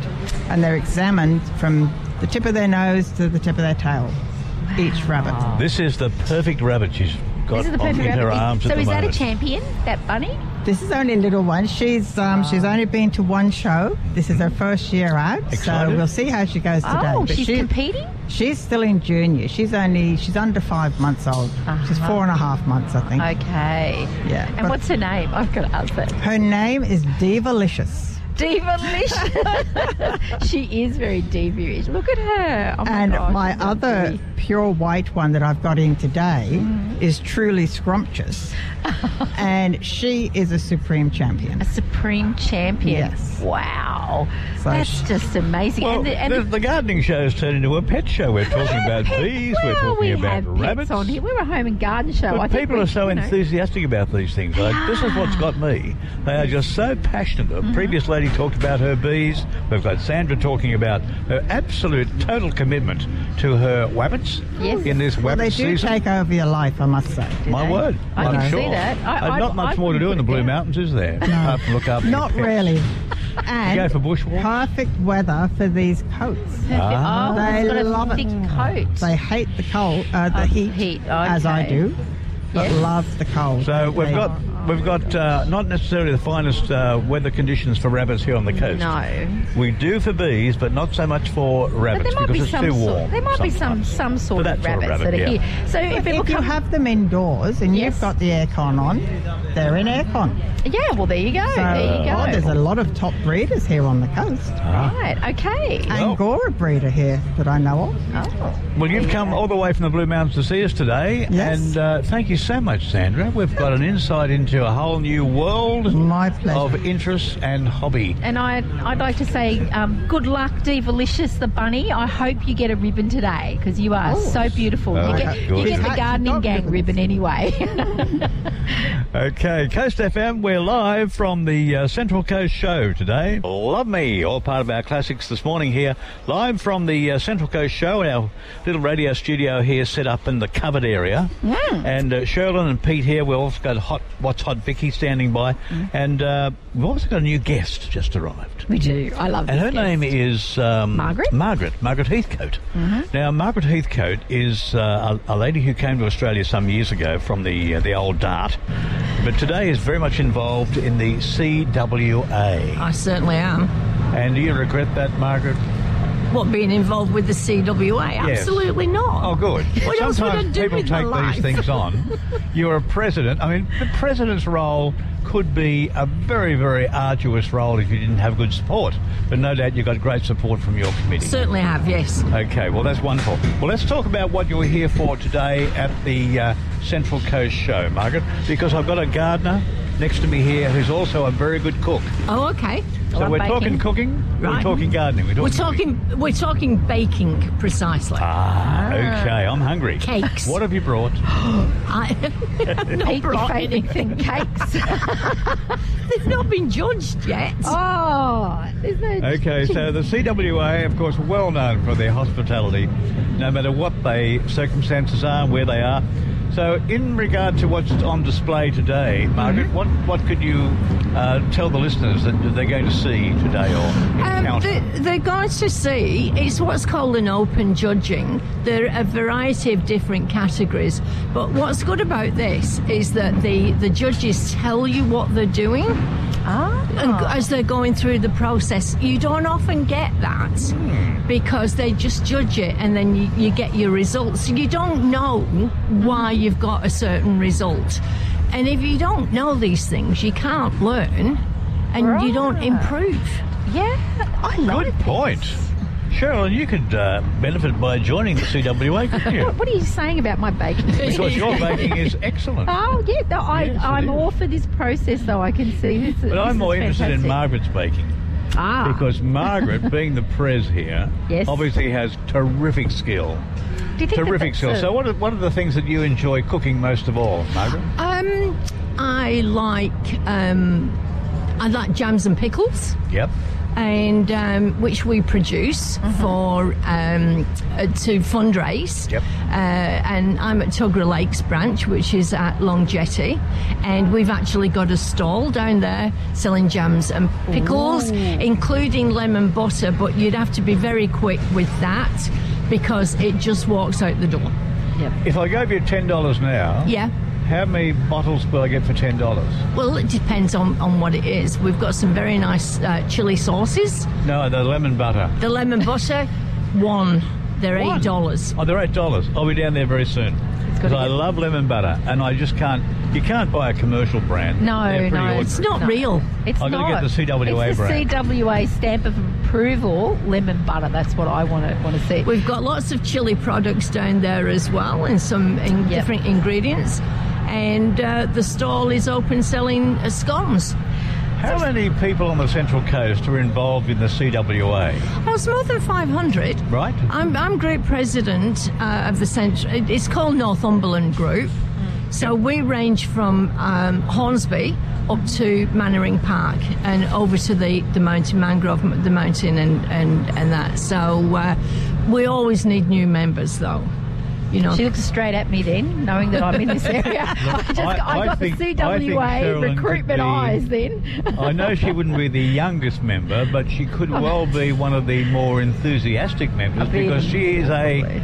Speaker 12: And they're examined from the tip of their nose to the tip of their tail, each rabbit.
Speaker 5: This is the perfect rabbit she's got
Speaker 6: This is the
Speaker 5: on,
Speaker 6: perfect
Speaker 5: in her
Speaker 6: rabbit.
Speaker 5: arms
Speaker 6: So
Speaker 5: at the
Speaker 6: is that a
Speaker 5: moment.
Speaker 6: champion? That bunny?
Speaker 12: This is only a little one. She's um, she's only been to one show. This is her first year out,
Speaker 5: Mm-hmm. Excited?
Speaker 12: so we'll see how she goes today.
Speaker 6: Oh,
Speaker 12: But
Speaker 6: she's
Speaker 12: she-
Speaker 6: competing.
Speaker 12: She's still in junior. She's only she's under five months old. She's four and a half months, I think.
Speaker 6: Uh-huh. Okay.
Speaker 12: Yeah.
Speaker 6: And
Speaker 12: But
Speaker 6: what's her name? I've got to ask that.
Speaker 12: her name is Devalicious.
Speaker 6: Divalicious. she is very divish. Look at her. Oh my
Speaker 12: And
Speaker 6: gosh,
Speaker 12: my
Speaker 6: she's so
Speaker 12: other
Speaker 6: pretty.
Speaker 12: pure white one that I've got in today
Speaker 6: Mm.
Speaker 12: is truly scrumptious. and she is a supreme champion.
Speaker 6: a supreme champion.
Speaker 12: Yes.
Speaker 6: Wow.
Speaker 12: So
Speaker 6: That's
Speaker 12: she-
Speaker 6: just amazing.
Speaker 5: Well,
Speaker 6: and the, and
Speaker 5: Oh, the, the gardening show's turned into a pet show. We're talking about bees,
Speaker 6: well,
Speaker 5: we're talking
Speaker 6: we
Speaker 5: about
Speaker 6: have
Speaker 5: rabbits.
Speaker 6: Pets on here. We're a home and garden show. I
Speaker 5: But
Speaker 6: think
Speaker 5: people
Speaker 6: we-
Speaker 5: are so
Speaker 6: you know.
Speaker 5: enthusiastic about these things. Like, this is what's got me. They are just so passionate.
Speaker 6: Mm-hmm.
Speaker 5: The previous lady talked about her bees. We've got Sandra talking about her absolute total commitment to her wabbits
Speaker 6: Yes.
Speaker 5: in this wabbit
Speaker 12: Well, they do
Speaker 5: season.
Speaker 12: take over your life, I must say.
Speaker 5: My
Speaker 6: they?
Speaker 5: word,
Speaker 6: I
Speaker 5: am
Speaker 6: can see
Speaker 5: sure.
Speaker 6: that. I-
Speaker 5: Uh,
Speaker 6: I-
Speaker 5: not much
Speaker 6: I
Speaker 5: more to
Speaker 6: couldn't
Speaker 5: do in
Speaker 6: put
Speaker 5: the
Speaker 6: it
Speaker 5: Blue
Speaker 6: down.
Speaker 5: Mountains, is there? Apart from look after your
Speaker 12: Not
Speaker 5: pets.
Speaker 12: really.
Speaker 5: You go
Speaker 12: And
Speaker 5: for bushwalks.
Speaker 12: perfect weather for these coats.
Speaker 6: Perfect.
Speaker 5: Ah.
Speaker 6: Oh, it's
Speaker 12: They
Speaker 6: got a
Speaker 12: love it.
Speaker 6: thick coat.
Speaker 12: They hate the cold, uh, the heat,
Speaker 6: heat,
Speaker 12: as I
Speaker 6: okay.
Speaker 12: do, but
Speaker 6: Yes.
Speaker 12: love the cold.
Speaker 5: So we've
Speaker 12: They-
Speaker 5: got we've got uh, not necessarily the finest uh, weather conditions for rabbits here on the coast.
Speaker 6: No.
Speaker 5: we do for bees, but not so much for
Speaker 6: But
Speaker 5: rabbits
Speaker 6: there might
Speaker 5: because
Speaker 6: be
Speaker 5: it's
Speaker 6: some
Speaker 5: too warm.
Speaker 6: sort. There might be some
Speaker 5: sometimes.
Speaker 6: some sort
Speaker 5: For
Speaker 6: of
Speaker 5: that sort
Speaker 6: rabbits
Speaker 5: of
Speaker 6: that
Speaker 5: rabbit,
Speaker 6: are
Speaker 5: yeah.
Speaker 6: here. So if it
Speaker 12: If you
Speaker 6: becomes,
Speaker 12: have them indoors and
Speaker 6: Yes.
Speaker 12: you've got the aircon on, they're in aircon.
Speaker 6: yeah, well there you go.
Speaker 12: So
Speaker 6: there you go.
Speaker 12: oh, there's a lot of top breeders here on the coast.
Speaker 6: right. Okay.
Speaker 12: Angora breeder here that I know of.
Speaker 6: Oh.
Speaker 5: Well, you've come all the way from the Blue Mountains to see us today,
Speaker 12: Yes.
Speaker 5: and uh, thank you so much, Sandra. We've got an insight into
Speaker 11: into a whole new world of interests and hobby.
Speaker 6: And I, I'd like to say um, good luck, Devalicious the bunny. I hope you get a ribbon today because you are
Speaker 11: Oh.
Speaker 6: so beautiful.
Speaker 11: Oh,
Speaker 6: you, get, you
Speaker 11: good.
Speaker 6: get the gardening gang ribbon anyway.
Speaker 5: Okay, Coast FM, we're live from the uh, Central Coast Show today. Love me, all part of our classics this morning here, live from the uh, Central Coast Show, our little radio studio here set up in the covered area. And uh, Sherlyn and Pete here, we've also got hot, What's Hot Vicky standing by, and uh, we've also got a new guest just arrived.
Speaker 6: we do. I love
Speaker 5: And her name is um,
Speaker 6: Margaret?
Speaker 5: Margaret. Margaret Heathcote.
Speaker 13: Mm-hmm.
Speaker 6: Mhm.
Speaker 5: Now, Margaret Heathcote is uh, a, a lady who came to Australia some years ago from the uh, the old Dart, but today is very much involved in the CWA.
Speaker 13: I certainly am.
Speaker 5: And do you regret that, Margaret?
Speaker 13: What, being involved with the CWA?
Speaker 5: Yes.
Speaker 13: Absolutely not.
Speaker 5: Oh, good.
Speaker 13: What else would I
Speaker 5: Sometimes
Speaker 13: do
Speaker 5: people
Speaker 13: with my
Speaker 5: take
Speaker 13: life?
Speaker 5: these things on. You're a president. I mean, the president's role could be a very, very arduous role if you didn't have good support. But no doubt you got great support from your committee.
Speaker 13: Certainly have, yes.
Speaker 5: Okay, well, that's wonderful. Well, let's talk about what you're here for today at the uh, Central Coast Show, Margaret, because I've got a gardener next to me here who's also a very good cook.
Speaker 13: Oh, okay.
Speaker 5: So
Speaker 13: Well,
Speaker 5: we're
Speaker 13: baking.
Speaker 5: talking cooking,
Speaker 13: Right.
Speaker 5: we're talking gardening, we're talking.
Speaker 13: We're talking. We're talking baking precisely.
Speaker 5: Ah, okay, I'm hungry.
Speaker 13: Cakes.
Speaker 5: What have you brought?
Speaker 13: I have not brought anything.
Speaker 6: Cakes.
Speaker 13: They've not been judged yet.
Speaker 6: Oh, there's no.
Speaker 5: Okay, so the CWA, of course, well known for their hospitality, no matter what the circumstances are and where they are. So, in regard to what's on display today, Margaret,
Speaker 6: Mm-hmm.
Speaker 5: what, what could you uh, tell the listeners that they're going to see today or
Speaker 13: Um,
Speaker 5: encounter?
Speaker 13: the, the guys to see is what's called an open judging. There are a variety of different categories, but what's good about this is that the, the judges tell you what they're doing. And g- as they're going through the process, you don't often get that because they just judge it and then you, you get your results. You don't know why you've got a certain result. And if you don't know these things, you can't learn and you don't improve.
Speaker 6: Yeah, I love
Speaker 5: Good point. Cheryl, you could uh, benefit by joining the CWA, couldn't you?
Speaker 6: What, what are you saying about my baking?
Speaker 5: because your baking is excellent.
Speaker 6: Oh yeah, no, I, I'm all for this process, though. I can see this.
Speaker 5: But I'm more interested in
Speaker 6: my.
Speaker 5: Margaret's baking.
Speaker 6: Ah.
Speaker 5: Because Margaret, being the prez here,
Speaker 6: Yes.
Speaker 5: obviously has terrific
Speaker 13: Do
Speaker 5: skill.
Speaker 13: you think that
Speaker 5: terrific
Speaker 13: that's
Speaker 5: skill.
Speaker 13: a-
Speaker 5: So, what are, what are the things that you enjoy cooking most of all, Margaret?
Speaker 13: Um, I like um, I like jams and pickles,
Speaker 5: Yep.
Speaker 13: and um, which we produce for um, uh, to fundraise. Yep. Uh, and I'm at Tugra Lakes branch, which is at Long Jetty, and we've actually got a stall down there selling jams and pickles,
Speaker 6: Ooh.
Speaker 13: including lemon butter. But you'd have to be very quick with that because it just walks out the door. Yep.
Speaker 5: If I gave you ten dollars now,
Speaker 13: Yeah.
Speaker 5: how many bottles will I get for ten dollars?
Speaker 13: Well, it depends on, on what it is. We've got some very nice uh, chili sauces.
Speaker 5: No, the lemon butter.
Speaker 13: The lemon butter, one. They're
Speaker 5: One.
Speaker 13: eight dollars.
Speaker 5: Oh, they're eight dollars. I'll be down there very soon. Because I love lemon butter, and I just can't. You can't buy a commercial brand.
Speaker 6: No,
Speaker 5: They're pretty
Speaker 6: no,
Speaker 5: ordinary.
Speaker 6: It's not.
Speaker 5: I've got to get the CWA
Speaker 6: it's
Speaker 5: brand.
Speaker 6: The CWA stamp of approval, lemon butter. That's what I want to want to see.
Speaker 13: We've got lots of chili products down there as well, and some in different ingredients. And uh, the stall is open selling uh, scones.
Speaker 5: How many people on the Central Coast are involved in the CWA?
Speaker 13: Well, it's more than 500.
Speaker 5: Right.
Speaker 13: I'm, I'm group president uh, of the centre. it- It's called Northumberland Group. So we range from um, Hornsby up to Mannering Park and over to the, the mountain mangrove, m- the mountain and, and, and that. So uh, we always need new members though. You know,
Speaker 6: She looked straight at me then, knowing that I'm in this area. I just
Speaker 5: I-
Speaker 6: I,
Speaker 5: I
Speaker 6: got
Speaker 5: think- I
Speaker 6: the
Speaker 5: think
Speaker 6: CWA
Speaker 5: Sherilyn could
Speaker 6: recruitment
Speaker 5: be-
Speaker 6: eyes then.
Speaker 5: I know she wouldn't be the youngest member, but she could well be one of the more enthusiastic members
Speaker 6: I'll be-
Speaker 5: because she is a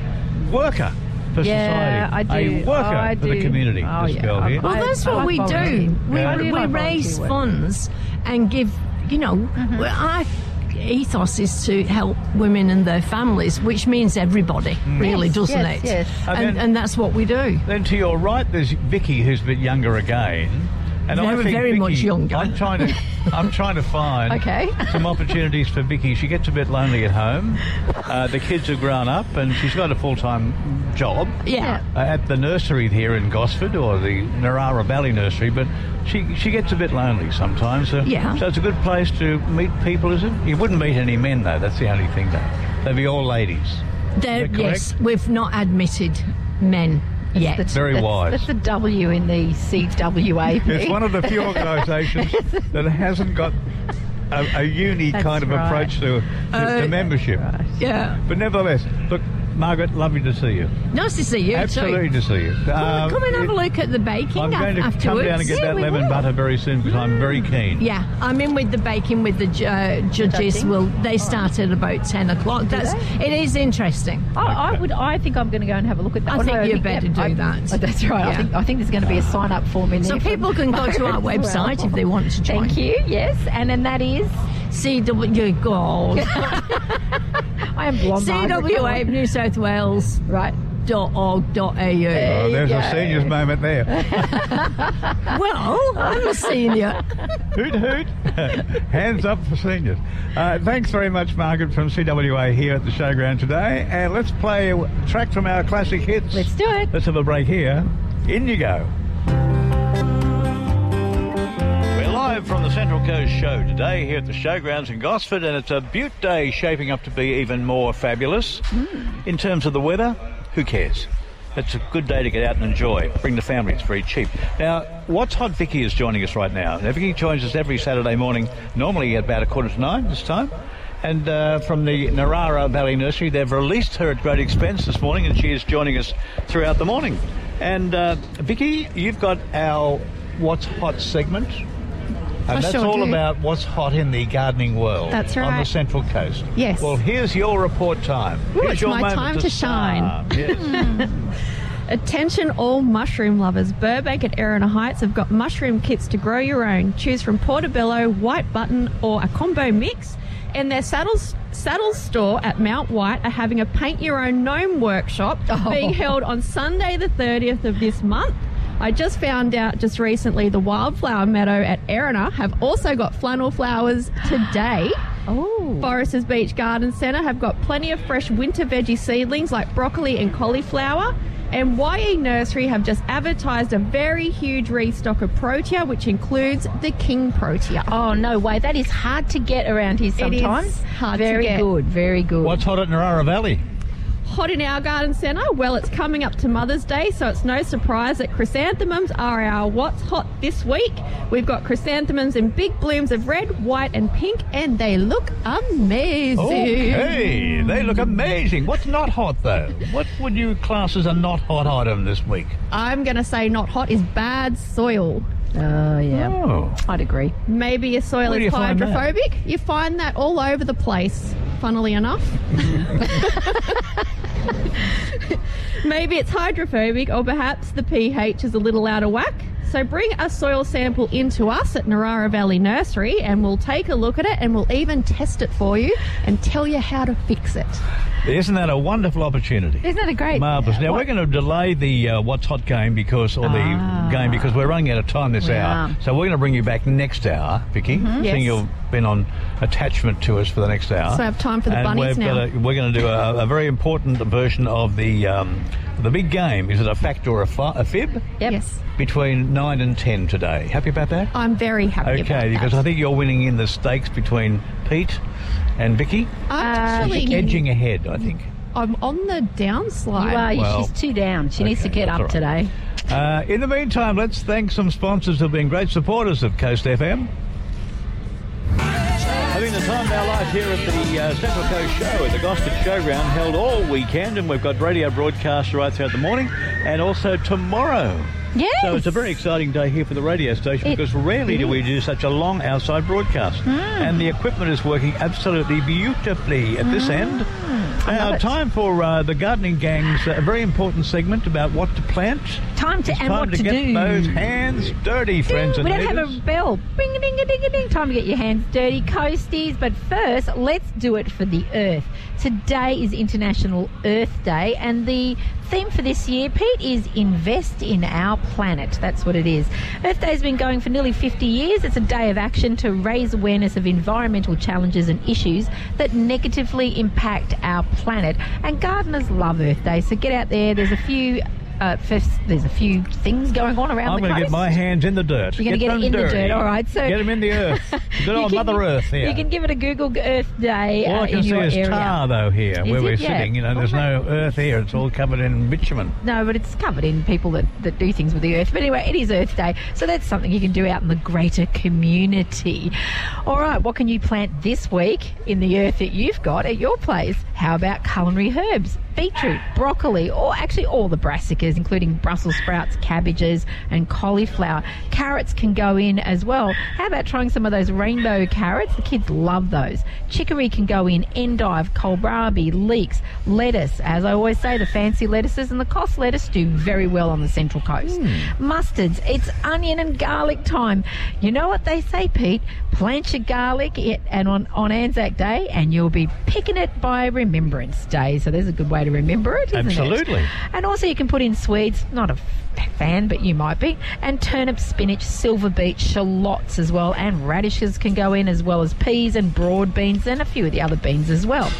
Speaker 5: worker for
Speaker 6: Yeah,
Speaker 5: society,
Speaker 6: I
Speaker 5: a
Speaker 6: do.
Speaker 5: worker
Speaker 6: Oh, I
Speaker 5: for the
Speaker 6: do.
Speaker 5: community.
Speaker 6: Oh,
Speaker 5: this
Speaker 6: yeah.
Speaker 5: girl here.
Speaker 13: Well, that's what we do. We,
Speaker 5: Yeah.
Speaker 13: we raise funds and give, you know, well, our ethos is to help women and their families, which means everybody, really,
Speaker 6: Yes,
Speaker 13: doesn't
Speaker 6: yes,
Speaker 13: it?
Speaker 6: yes.
Speaker 5: And
Speaker 13: And,
Speaker 5: then-
Speaker 13: and that's what we do.
Speaker 5: Then to your right, there's Vicky, who's a bit younger again. And I
Speaker 13: Very-
Speaker 5: think
Speaker 13: very
Speaker 5: Vicky,
Speaker 13: much younger.
Speaker 5: I'm trying to, I'm trying to find
Speaker 13: Okay.
Speaker 5: some opportunities for Vicky. She gets a bit lonely at home. Uh, the kids have grown up, and she's got a full-time job.
Speaker 13: Yeah.
Speaker 5: uh, at the nursery here in Gosford or the Narara Valley Nursery, but she she gets a bit lonely sometimes. So,
Speaker 13: Yeah.
Speaker 5: So it's a good place to meet people, is it? You wouldn't meet any men though. That's the only thing though. They'd be all ladies.
Speaker 13: There,
Speaker 5: Is that
Speaker 13: yes, we've not admitted men yet.
Speaker 5: the- Very that's- wise. that's
Speaker 13: the W in the CWA.
Speaker 5: It's one of the few organisations that hasn't got a, a uni
Speaker 11: That's
Speaker 5: kind of
Speaker 11: right.
Speaker 5: approach to, to,
Speaker 11: Oh,
Speaker 5: to membership.
Speaker 13: Yeah.
Speaker 5: But nevertheless, look, Margaret, lovely to see you.
Speaker 13: Nice to see you
Speaker 5: Absolutely
Speaker 13: too.
Speaker 5: to see you. Um,
Speaker 13: Come, come and have
Speaker 5: it-
Speaker 13: a look at the baking
Speaker 5: I'm
Speaker 13: af-
Speaker 5: going to
Speaker 13: afterwards.
Speaker 5: come down and get
Speaker 13: Yeah,
Speaker 5: that
Speaker 13: we
Speaker 5: lemon
Speaker 13: will. Mm.
Speaker 5: butter very soon because I'm very keen.
Speaker 13: Yeah, I'm in with the baking with the ju- uh, judges. Will
Speaker 6: Oh.
Speaker 13: they start at about ten o'clock? That's it is interesting.
Speaker 6: I, I would. I think I'm going to go and have a look at that.
Speaker 13: I
Speaker 6: Oh,
Speaker 13: think you
Speaker 6: yeah,
Speaker 13: better do
Speaker 6: I-
Speaker 13: that.
Speaker 6: oh, that's right. I
Speaker 13: Yeah.
Speaker 6: think I think there's going to be a sign up form in
Speaker 13: So
Speaker 6: there.
Speaker 13: people can go to our website if they want to join.
Speaker 6: Thank you. Yes, and then that is
Speaker 13: CW God.
Speaker 6: I am blonde.
Speaker 13: CWA New South Wales. Right. Dot org dot au.
Speaker 11: Oh, there's a senior's moment there.
Speaker 13: well, I'm a senior.
Speaker 11: hoot hoot. Hands up for seniors. Uh, thanks very much, Margaret from CWA here at the showground today. And let's play a track from our classic hits. Let's
Speaker 6: do it.
Speaker 11: Let's have a break here. In you go.
Speaker 5: We're live from the Central Coast Show today here at the showgrounds in Gosford, and it's a butte day shaping up to be even more fabulous. In terms of the weather, who cares? It's a good day to get out and enjoy. Bring the family, it's very cheap. Now, What's Hot Vicky is joining us right now. Now, Vicky joins us every Saturday morning, normally at about a quarter to nine this time. And uh, from the Narara Valley Nursery, they've released her at great expense this morning, and she is joining us throughout the morning. And uh, Vicky, you've got our What's Hot segment. And
Speaker 8: I
Speaker 5: that's
Speaker 8: sure
Speaker 5: all
Speaker 8: do.
Speaker 5: about what's hot in the gardening world.
Speaker 8: That's
Speaker 5: On the
Speaker 8: right.
Speaker 5: Central Coast.
Speaker 8: Yes.
Speaker 5: Well, here's your report time.
Speaker 8: Ooh,
Speaker 5: here's
Speaker 8: it's
Speaker 5: your
Speaker 8: my
Speaker 5: moment
Speaker 8: time to shine.
Speaker 5: shine. Yes.
Speaker 8: Attention all mushroom lovers. Burbank and Erina Heights have got mushroom kits to grow your own. Choose from portobello, white button or a combo mix. And their saddles saddles store at Mount White are having a paint your own gnome workshop
Speaker 5: Oh.
Speaker 8: being held on Sunday the 30th of this month. I just found out just recently the wildflower meadow at Erina have also got flannel flowers today. Oh. Foresters Beach Garden Centre have got plenty of fresh winter veggie seedlings like broccoli and cauliflower. And YE Nursery have just advertised a very huge restock of protea, which includes the king protea.
Speaker 6: Oh no way! That is hard to get around here sometimes.
Speaker 8: It is hard to
Speaker 6: very
Speaker 8: get.
Speaker 6: good. Very good.
Speaker 5: What's hot at Narara Valley?
Speaker 8: Hot in our garden centre? Well, it's coming up to Mother's Day, so it's no surprise that chrysanthemums are our what's hot this week. We've got chrysanthemums in big blooms of red, white, and pink, and they look amazing.
Speaker 5: Okay. They look amazing. What's not hot, though? What would you class as a not hot item this week?
Speaker 8: I'm going to say not hot is bad soil.
Speaker 6: Oh yeah.
Speaker 5: Oh.
Speaker 6: I'd agree.
Speaker 8: Maybe your soil
Speaker 6: Where do you
Speaker 8: is
Speaker 6: find that?
Speaker 8: hydrophobic. you find that all over the place, funnily enough. Maybe it's hydrophobic, or perhaps the pH is a little out of whack. So bring a soil sample into us at Narara Valley Nursery and we'll take a look at it and we'll even test it for you and tell you how to fix it.
Speaker 5: Isn't that a wonderful opportunity?
Speaker 8: Isn't that a great-
Speaker 5: marvelous? Now
Speaker 8: What-
Speaker 5: we're going to delay the uh, what's hot game because or the game because we're running out of time this
Speaker 8: Ah. We
Speaker 5: hour.
Speaker 8: are.
Speaker 5: So we're going to bring you back next hour, Vicky.
Speaker 8: Mhm.
Speaker 5: Seeing
Speaker 8: Yes.
Speaker 5: you've been on attachment to us for the next hour.
Speaker 8: So I have time for the
Speaker 5: and
Speaker 8: bunnies
Speaker 5: we've
Speaker 8: now.
Speaker 5: Got a, we're going to do a, a very important version of the um, the big game. Is it a fact or a, fi- a fib?
Speaker 8: Yes.
Speaker 5: Between nine and ten today. Happy about that?
Speaker 8: I'm very happy about
Speaker 5: Okay, because I think you're winning in the stakes between Pete and Vicky.
Speaker 8: Actually-
Speaker 5: She's edging ahead, I think.
Speaker 8: I'm on the downslide.
Speaker 6: You are.
Speaker 5: Well,
Speaker 6: She's too down. She needs to
Speaker 5: okay,
Speaker 6: get up
Speaker 5: that's all right.
Speaker 6: today.
Speaker 5: Uh, in the meantime, let's thank some sponsors who've been great supporters of Coast FM. Having the time of our life here at the uh, Central Coast Show at the Gosford Showground, held all weekend, and we've got radio broadcasts right throughout the morning, and also tomorrow.
Speaker 6: Yes.
Speaker 5: So it's a very exciting day here for the radio station because rarely do we do such a long outside broadcast, and the equipment is working absolutely beautifully at
Speaker 14: Hmm.
Speaker 5: this end. Now, time for uh, the gardening gang's uh, very important segment about what to plant.
Speaker 6: Time to
Speaker 5: It's
Speaker 6: and
Speaker 5: time
Speaker 6: what
Speaker 5: to,
Speaker 6: to
Speaker 5: get
Speaker 6: do.
Speaker 5: those hands dirty, friends
Speaker 6: we
Speaker 5: and
Speaker 6: don't have
Speaker 5: neighbours.
Speaker 6: a bell. Bing a ding a ding a ding. Time to get your hands dirty, coasties. But first, let's do it for the earth. Today is International Earth Day, and the theme for this year, Pete, is invest in our planet. That's what it is. Earth Day has been going for nearly 50 years. It's a day of action to raise awareness of environmental challenges and issues that negatively impact our planet. And gardeners love Earth Day, so get out there. There's a few uh, first, there's a few things going on around
Speaker 5: I'm
Speaker 6: the
Speaker 5: going to get
Speaker 6: coast.
Speaker 5: my hands in the dirt.
Speaker 6: You're going to get,
Speaker 5: them
Speaker 6: it in
Speaker 5: dirty.
Speaker 6: the dirt, all right? So
Speaker 5: get them in the earth. Good
Speaker 6: You
Speaker 5: old
Speaker 6: can-
Speaker 5: Mother Earth here.
Speaker 6: You can give it a Google Earth Day
Speaker 5: all
Speaker 6: uh,
Speaker 5: I can
Speaker 6: in
Speaker 5: see
Speaker 6: your
Speaker 5: is
Speaker 6: area.
Speaker 5: tar, though, here
Speaker 6: Is
Speaker 5: where
Speaker 6: it?
Speaker 5: we're
Speaker 6: Yeah.
Speaker 5: sitting. You know, there's no earth here. It's all covered in bitumen.
Speaker 6: No, but it's covered in people that, that do things with the earth. But anyway, it is Earth Day. So that's something you can do out in the greater community. All right, what can you plant this week in the earth that you've got at your place? How about culinary herbs? Beetroot, broccoli, or actually all the brassicas, including Brussels sprouts, cabbages, and cauliflower. Carrots can go in as well. How about trying some of those rainbow carrots? The kids love those. Chicory can go in, endive, kohlrabi, leeks, lettuce. As I always say, the fancy lettuces and the cost lettuce do very well on the Central Coast. Mustards, it's onion and garlic time. You know what they say, Pete? Plant your garlic it, and on, on Anzac Day, and you'll be picking it by Remembrance Day. So there's a good way to remember it, isn't it?
Speaker 5: Absolutely.
Speaker 6: And also, you can put in Swedes, not a f- fan, but you might be, and turnip, spinach, silver beet, shallots as well, and radishes can go in, as well as peas and broad beans, and a few of the other beans as well.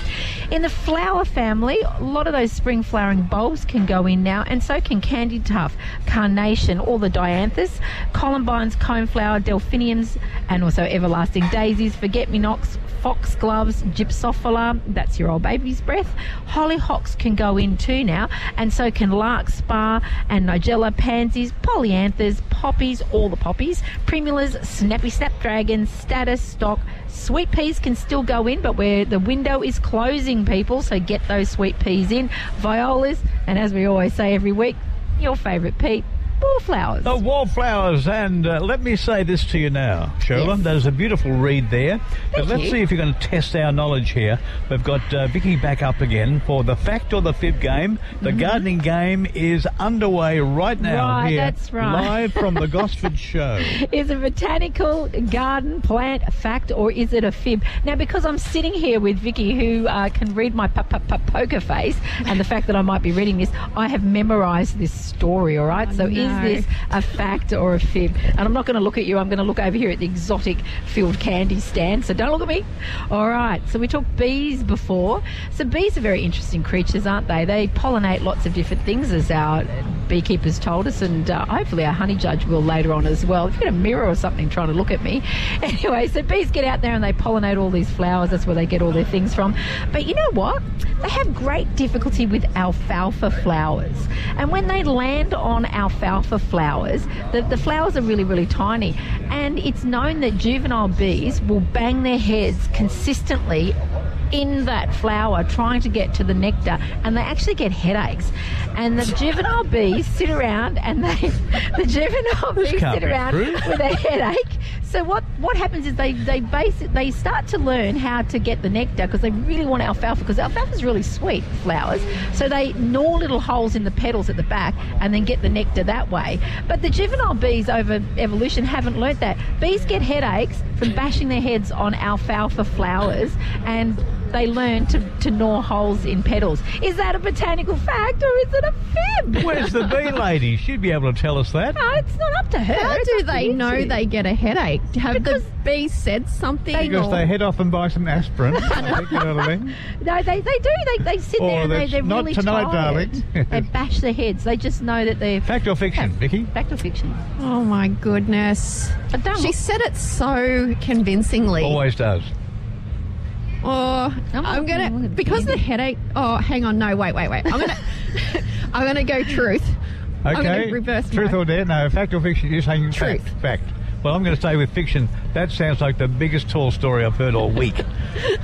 Speaker 6: In the flower family, a lot of those spring flowering bulbs can go in now, and so can candy tuft, carnation, all the dianthus, columbines, coneflower, delphiniums, and also everlasting daisies, forget me nots, foxgloves, gypsophila, that's your old baby's breath. Hollyhocks can go in too now, and so can larkspur and nigella, pansies, polyanthers, poppies, all the poppies, primulas, snappy snapdragons, status, stock. Sweet peas can still go in, but where the window is closing, people, so get those sweet peas in. Violas, and as we always say every week, your favourite Pete, wallflowers.
Speaker 5: The wallflowers, and uh, let me say this to you now, Sherilyn. There's a beautiful read there. but let's
Speaker 6: you.
Speaker 5: see if you're going to test our knowledge here. We've got uh, Vicky back up again for the fact or the fib game. The gardening game is underway right now
Speaker 6: Mm-hmm. Right,
Speaker 5: here,
Speaker 6: that's right.
Speaker 5: live from the Gosford Show.
Speaker 6: Is a botanical garden plant a fact or is it a fib? Now, because I'm sitting here with Vicky, who uh, can read my pu- pu- pu- poker face, and the fact that I might be reading this, I have memorised this story. All right, so
Speaker 13: no.
Speaker 6: is this a fact or a fib? And I'm not going to look at you. I'm going to look over here at the exotic field candy stand. So don't look at me. All right. So we talked bees before. So bees are very interesting creatures, aren't they? They pollinate lots of different things, as our beekeepers told us, and uh, hopefully our honey judge will later on as well. If you get a mirror or something trying to look at me, anyway. So bees get out there and they pollinate all these flowers. That's where they get all their things from. But you know what? They have great difficulty with alfalfa flowers, and when they land on alfalfa flowers, the, the flowers are really really tiny, and it's known that juvenile bees will bang their heads consistently in that flower trying to get to the nectar and they actually get headaches and the juvenile bees sit around and they the juvenile bees
Speaker 2: can't
Speaker 6: sit
Speaker 2: be
Speaker 6: around
Speaker 2: true.
Speaker 6: with a headache so what what happens is they they base they start to learn how to get the nectar because they really want alfalfa because alfalfa's really sweet flowers so they gnaw little holes in the petals at the back and then get the nectar that way but the juvenile bees over evolution haven't learnt that bees get headaches from bashing their heads on alfalfa flowers and they learn to, to gnaw holes in petals. Is that a botanical fact or is it a fib?
Speaker 5: Where's the bee lady? She'd be able to tell us that.
Speaker 6: No, it's not up to her.
Speaker 8: How
Speaker 6: It's
Speaker 8: do
Speaker 6: up to
Speaker 8: they
Speaker 6: you
Speaker 8: know
Speaker 6: two.
Speaker 8: they get a headache? Have the bee said something?
Speaker 11: Because
Speaker 8: or-
Speaker 11: they head off and buy some aspirin. I think, you know what I mean?
Speaker 6: No, they, they do. They, they sit
Speaker 11: Or
Speaker 6: there and they,
Speaker 11: that's
Speaker 6: they're
Speaker 11: not
Speaker 6: really
Speaker 11: tonight,
Speaker 6: tired.
Speaker 11: darling.
Speaker 6: they bash their heads. They just know that they're
Speaker 5: Fact or fiction, Vicky?
Speaker 6: fact or fiction.
Speaker 8: Oh my goodness. She said it so convincingly.
Speaker 5: Always does.
Speaker 8: Oh, I'm, gonna because the headache. Oh, hang on. No, wait, wait, wait. I'm gonna I'm gonna go truth. I'm
Speaker 11: Okay.
Speaker 8: gonna reverse
Speaker 11: Truth
Speaker 8: my-
Speaker 11: or dare? No, fact or fiction? You're saying
Speaker 8: Truth.
Speaker 11: fact. Fact.
Speaker 5: Well, I'm going to stay with fiction. That sounds like the biggest tall story I've heard all week.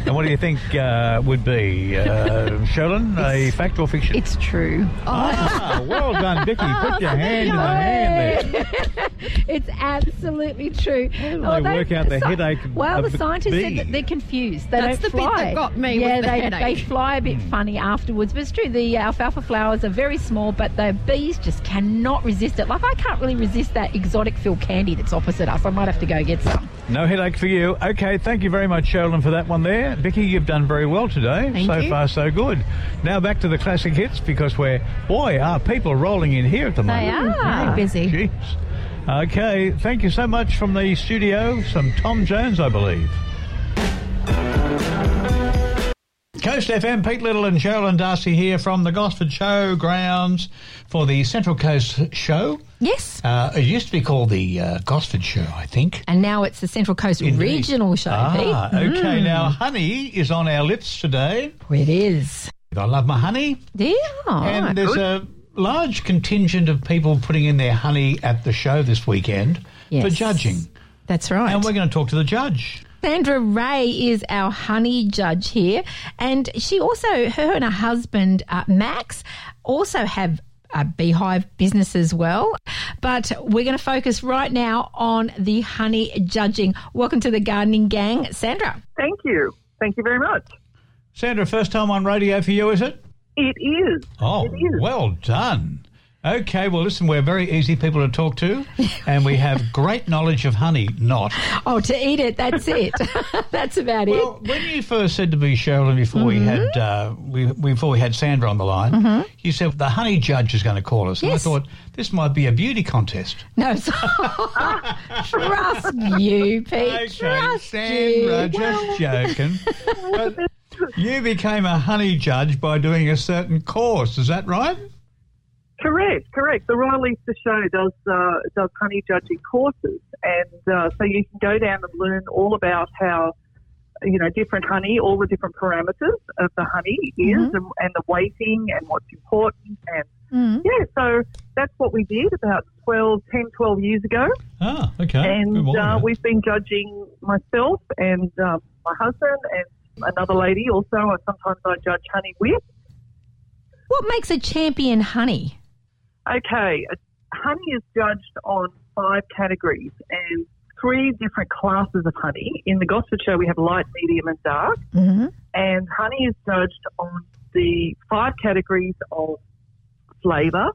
Speaker 5: and what do you think uh, would be, uh, Sherilyn, a fact or fiction?
Speaker 6: It's true.
Speaker 5: Ah, well done, Vicky. Put your hand in the hand there.
Speaker 6: it's absolutely true. Oh,
Speaker 5: How do they work out the headache
Speaker 6: Well,
Speaker 5: of
Speaker 6: the
Speaker 5: the
Speaker 6: scientists said
Speaker 5: bee?
Speaker 6: that they're confused. They
Speaker 8: That's
Speaker 6: don't
Speaker 8: the bit that
Speaker 6: fly.
Speaker 8: got me with
Speaker 6: Yeah,
Speaker 8: the
Speaker 6: they,
Speaker 8: headache.
Speaker 6: they fly a bit
Speaker 5: Hmm.
Speaker 6: funny afterwards, but it's true. The alfalfa flowers are very small, but the bees just cannot resist it. Like I can't really resist that exotic field candy that's opposite us. I might have to go get some.
Speaker 5: No headache for you. Okay, thank you very much, Sherilyn, for that one there. Vicky, you've done very well today.
Speaker 6: Thank
Speaker 5: so
Speaker 6: you.
Speaker 5: far, so good. Now back to the classic hits because we're, boy, are people rolling in here at the
Speaker 8: They
Speaker 5: moment.
Speaker 8: are. Very busy.
Speaker 5: Jeez. Okay, thank you so much from the studio. Some Tom Jones, I believe. Coast FM, Pete Little and Sherilyn Darcy here from the Gosford Show grounds for the Central Coast Show.
Speaker 6: Yes.
Speaker 5: Uh, it used to be called the uh, Gosford Show, I think.
Speaker 6: And now it's the Central Coast
Speaker 5: Indeed.
Speaker 6: Regional Show,
Speaker 5: Ah,
Speaker 6: Pete.
Speaker 5: okay.
Speaker 6: Mm.
Speaker 5: Now, honey is on our lips today.
Speaker 6: Oh, It is. Oh,
Speaker 5: I love my honey.
Speaker 6: Yeah.
Speaker 5: and there's a large contingent of people putting in their honey at the show this weekend for
Speaker 6: Yes.
Speaker 5: judging.
Speaker 6: That's right.
Speaker 5: And we're going to talk to the judge.
Speaker 6: Sandra Ray is our honey judge here, and she also, her and her husband uh, Max, also have a beehive business as well. But we're going to focus right now on the honey judging. Welcome to the gardening gang, Sandra.
Speaker 15: Thank you. Thank you very much.
Speaker 5: Sandra, first time on radio for you, is it?
Speaker 15: It is.
Speaker 5: Oh, well done. Okay, well, listen, we're very easy people to talk to, and we have great knowledge of honey, not.
Speaker 6: Oh, to eat it, that's it. that's about
Speaker 5: Well, when you first said to me, Sherilyn, before we had
Speaker 6: Mm-hmm.
Speaker 5: uh, we, before we had Sandra on the line,
Speaker 6: Mhm.
Speaker 5: you said the honey judge is going to call us. And I
Speaker 6: Yes.
Speaker 5: thought this might be a beauty contest.
Speaker 6: it. No, so- trust you, Pete. trust
Speaker 5: Sandra,
Speaker 6: you.
Speaker 5: just joking. But you became a honey judge by doing a certain course. Is that right?
Speaker 15: Correct, correct. The Royal Easter Show does uh, does honey judging courses, and uh, so you can go down and learn all about how you know different honey, all the different parameters of the honey is, and, and the weighting, and what's important, and yeah. So that's what we did about 12, 10, 12 years ago,
Speaker 5: Ah, okay. Good
Speaker 15: and
Speaker 5: morning.
Speaker 15: uh, we've been judging myself and um, my husband and another lady also. and Sometimes I judge honey with.
Speaker 6: What makes a champion honey?
Speaker 15: Okay, uh, honey is judged on five categories and three different classes of honey. In the Gosford Show, we have light, medium, and dark.
Speaker 6: Mm-hmm.
Speaker 15: And honey is judged on the five categories of flavour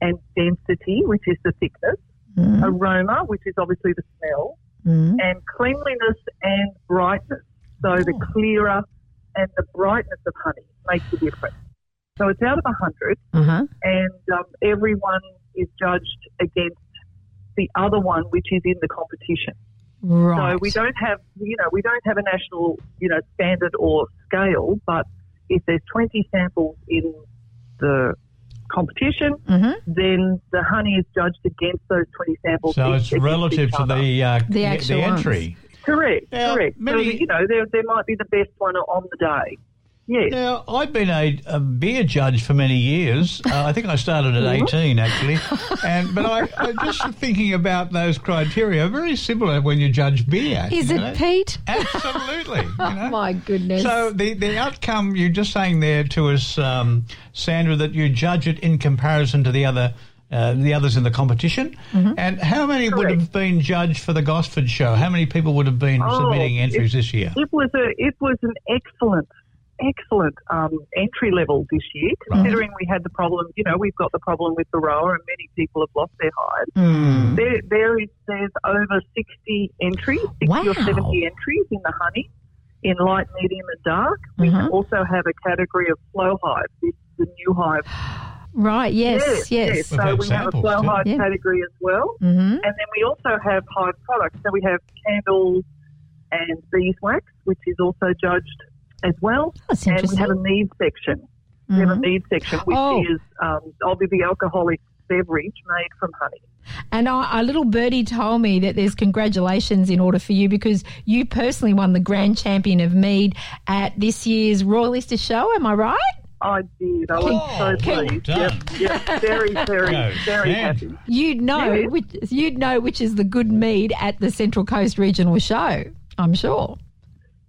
Speaker 15: and density, which is the thickness,
Speaker 3: Mm.
Speaker 5: Mm.
Speaker 15: aroma, which is obviously the smell, and cleanliness and brightness. So the clearer and the brightness of honey makes a difference. So it's out of 100
Speaker 6: Uh-huh.
Speaker 15: and um, everyone is judged against the other one, which is in the competition.
Speaker 6: Right.
Speaker 15: So we don't have, you know, we don't have a national, you know, standard or scale, but if there's 20 samples in the competition, then the honey is judged against those 20 samples.
Speaker 5: So
Speaker 15: each
Speaker 5: it's
Speaker 15: against
Speaker 5: relative
Speaker 15: each
Speaker 5: to
Speaker 15: other.
Speaker 5: the uh,
Speaker 15: The actual
Speaker 5: entry.
Speaker 15: Correct, correct. so,
Speaker 5: many-
Speaker 15: you know, there, there might be the best one on the day. Yes.
Speaker 5: Now, I've been a, a beer judge for many years. Uh, I think I started at
Speaker 6: Mm-hmm.
Speaker 5: 18, actually. And But I, I'm just thinking about those criteria, very similar when you judge beer.
Speaker 6: Is
Speaker 5: you
Speaker 6: it
Speaker 5: know?
Speaker 6: Pete?
Speaker 5: Absolutely.
Speaker 6: Oh, my goodness.
Speaker 5: So the, the outcome, you're just saying there to us, um, Sandra, that you judge it in comparison to the other. Uh, the others in the competition, and how many would have been judged for the Gosford show? How many people would have been submitting
Speaker 15: Oh,
Speaker 5: entries
Speaker 15: it-
Speaker 5: this year?
Speaker 15: It was a it was an excellent excellent um, entry level this year, considering we had the problem. You know, we've got the problem with the rower, and many people have lost their hives.
Speaker 5: Hmm.
Speaker 16: Mm.
Speaker 15: There, there is there's over sixty entries, sixty or
Speaker 16: Wow.
Speaker 15: seventy entries in the honey, in light, medium, and dark. We
Speaker 5: Uh-huh.
Speaker 6: Mhm.
Speaker 15: also have a category of flow hive. This is the new hive.
Speaker 6: Right, yes, yes.
Speaker 15: So we have a flow hive category as well.
Speaker 6: Mhm.
Speaker 15: And then we also have hive products. So we have candles and beeswax, which is also judged as well.
Speaker 6: Oh, That's
Speaker 15: and we have a
Speaker 6: interesting.
Speaker 15: mead section. We have a
Speaker 6: Mhm.
Speaker 15: mead section, which
Speaker 6: Oh.
Speaker 15: is um, obviously the alcoholic beverage made from honey.
Speaker 6: And our, our little birdie told me that there's congratulations in order for you because you personally won the grand champion of mead at this year's Royal Easter Show. Am I right?
Speaker 15: I did. I
Speaker 6: Oh,
Speaker 15: was so pleased. Yep, yep. Very, very,
Speaker 5: Oh,
Speaker 6: Go,
Speaker 15: very happy.
Speaker 6: You'd know
Speaker 15: Yes.
Speaker 6: which you'd know which is the good mead at the Central Coast Regional Show. I'm sure.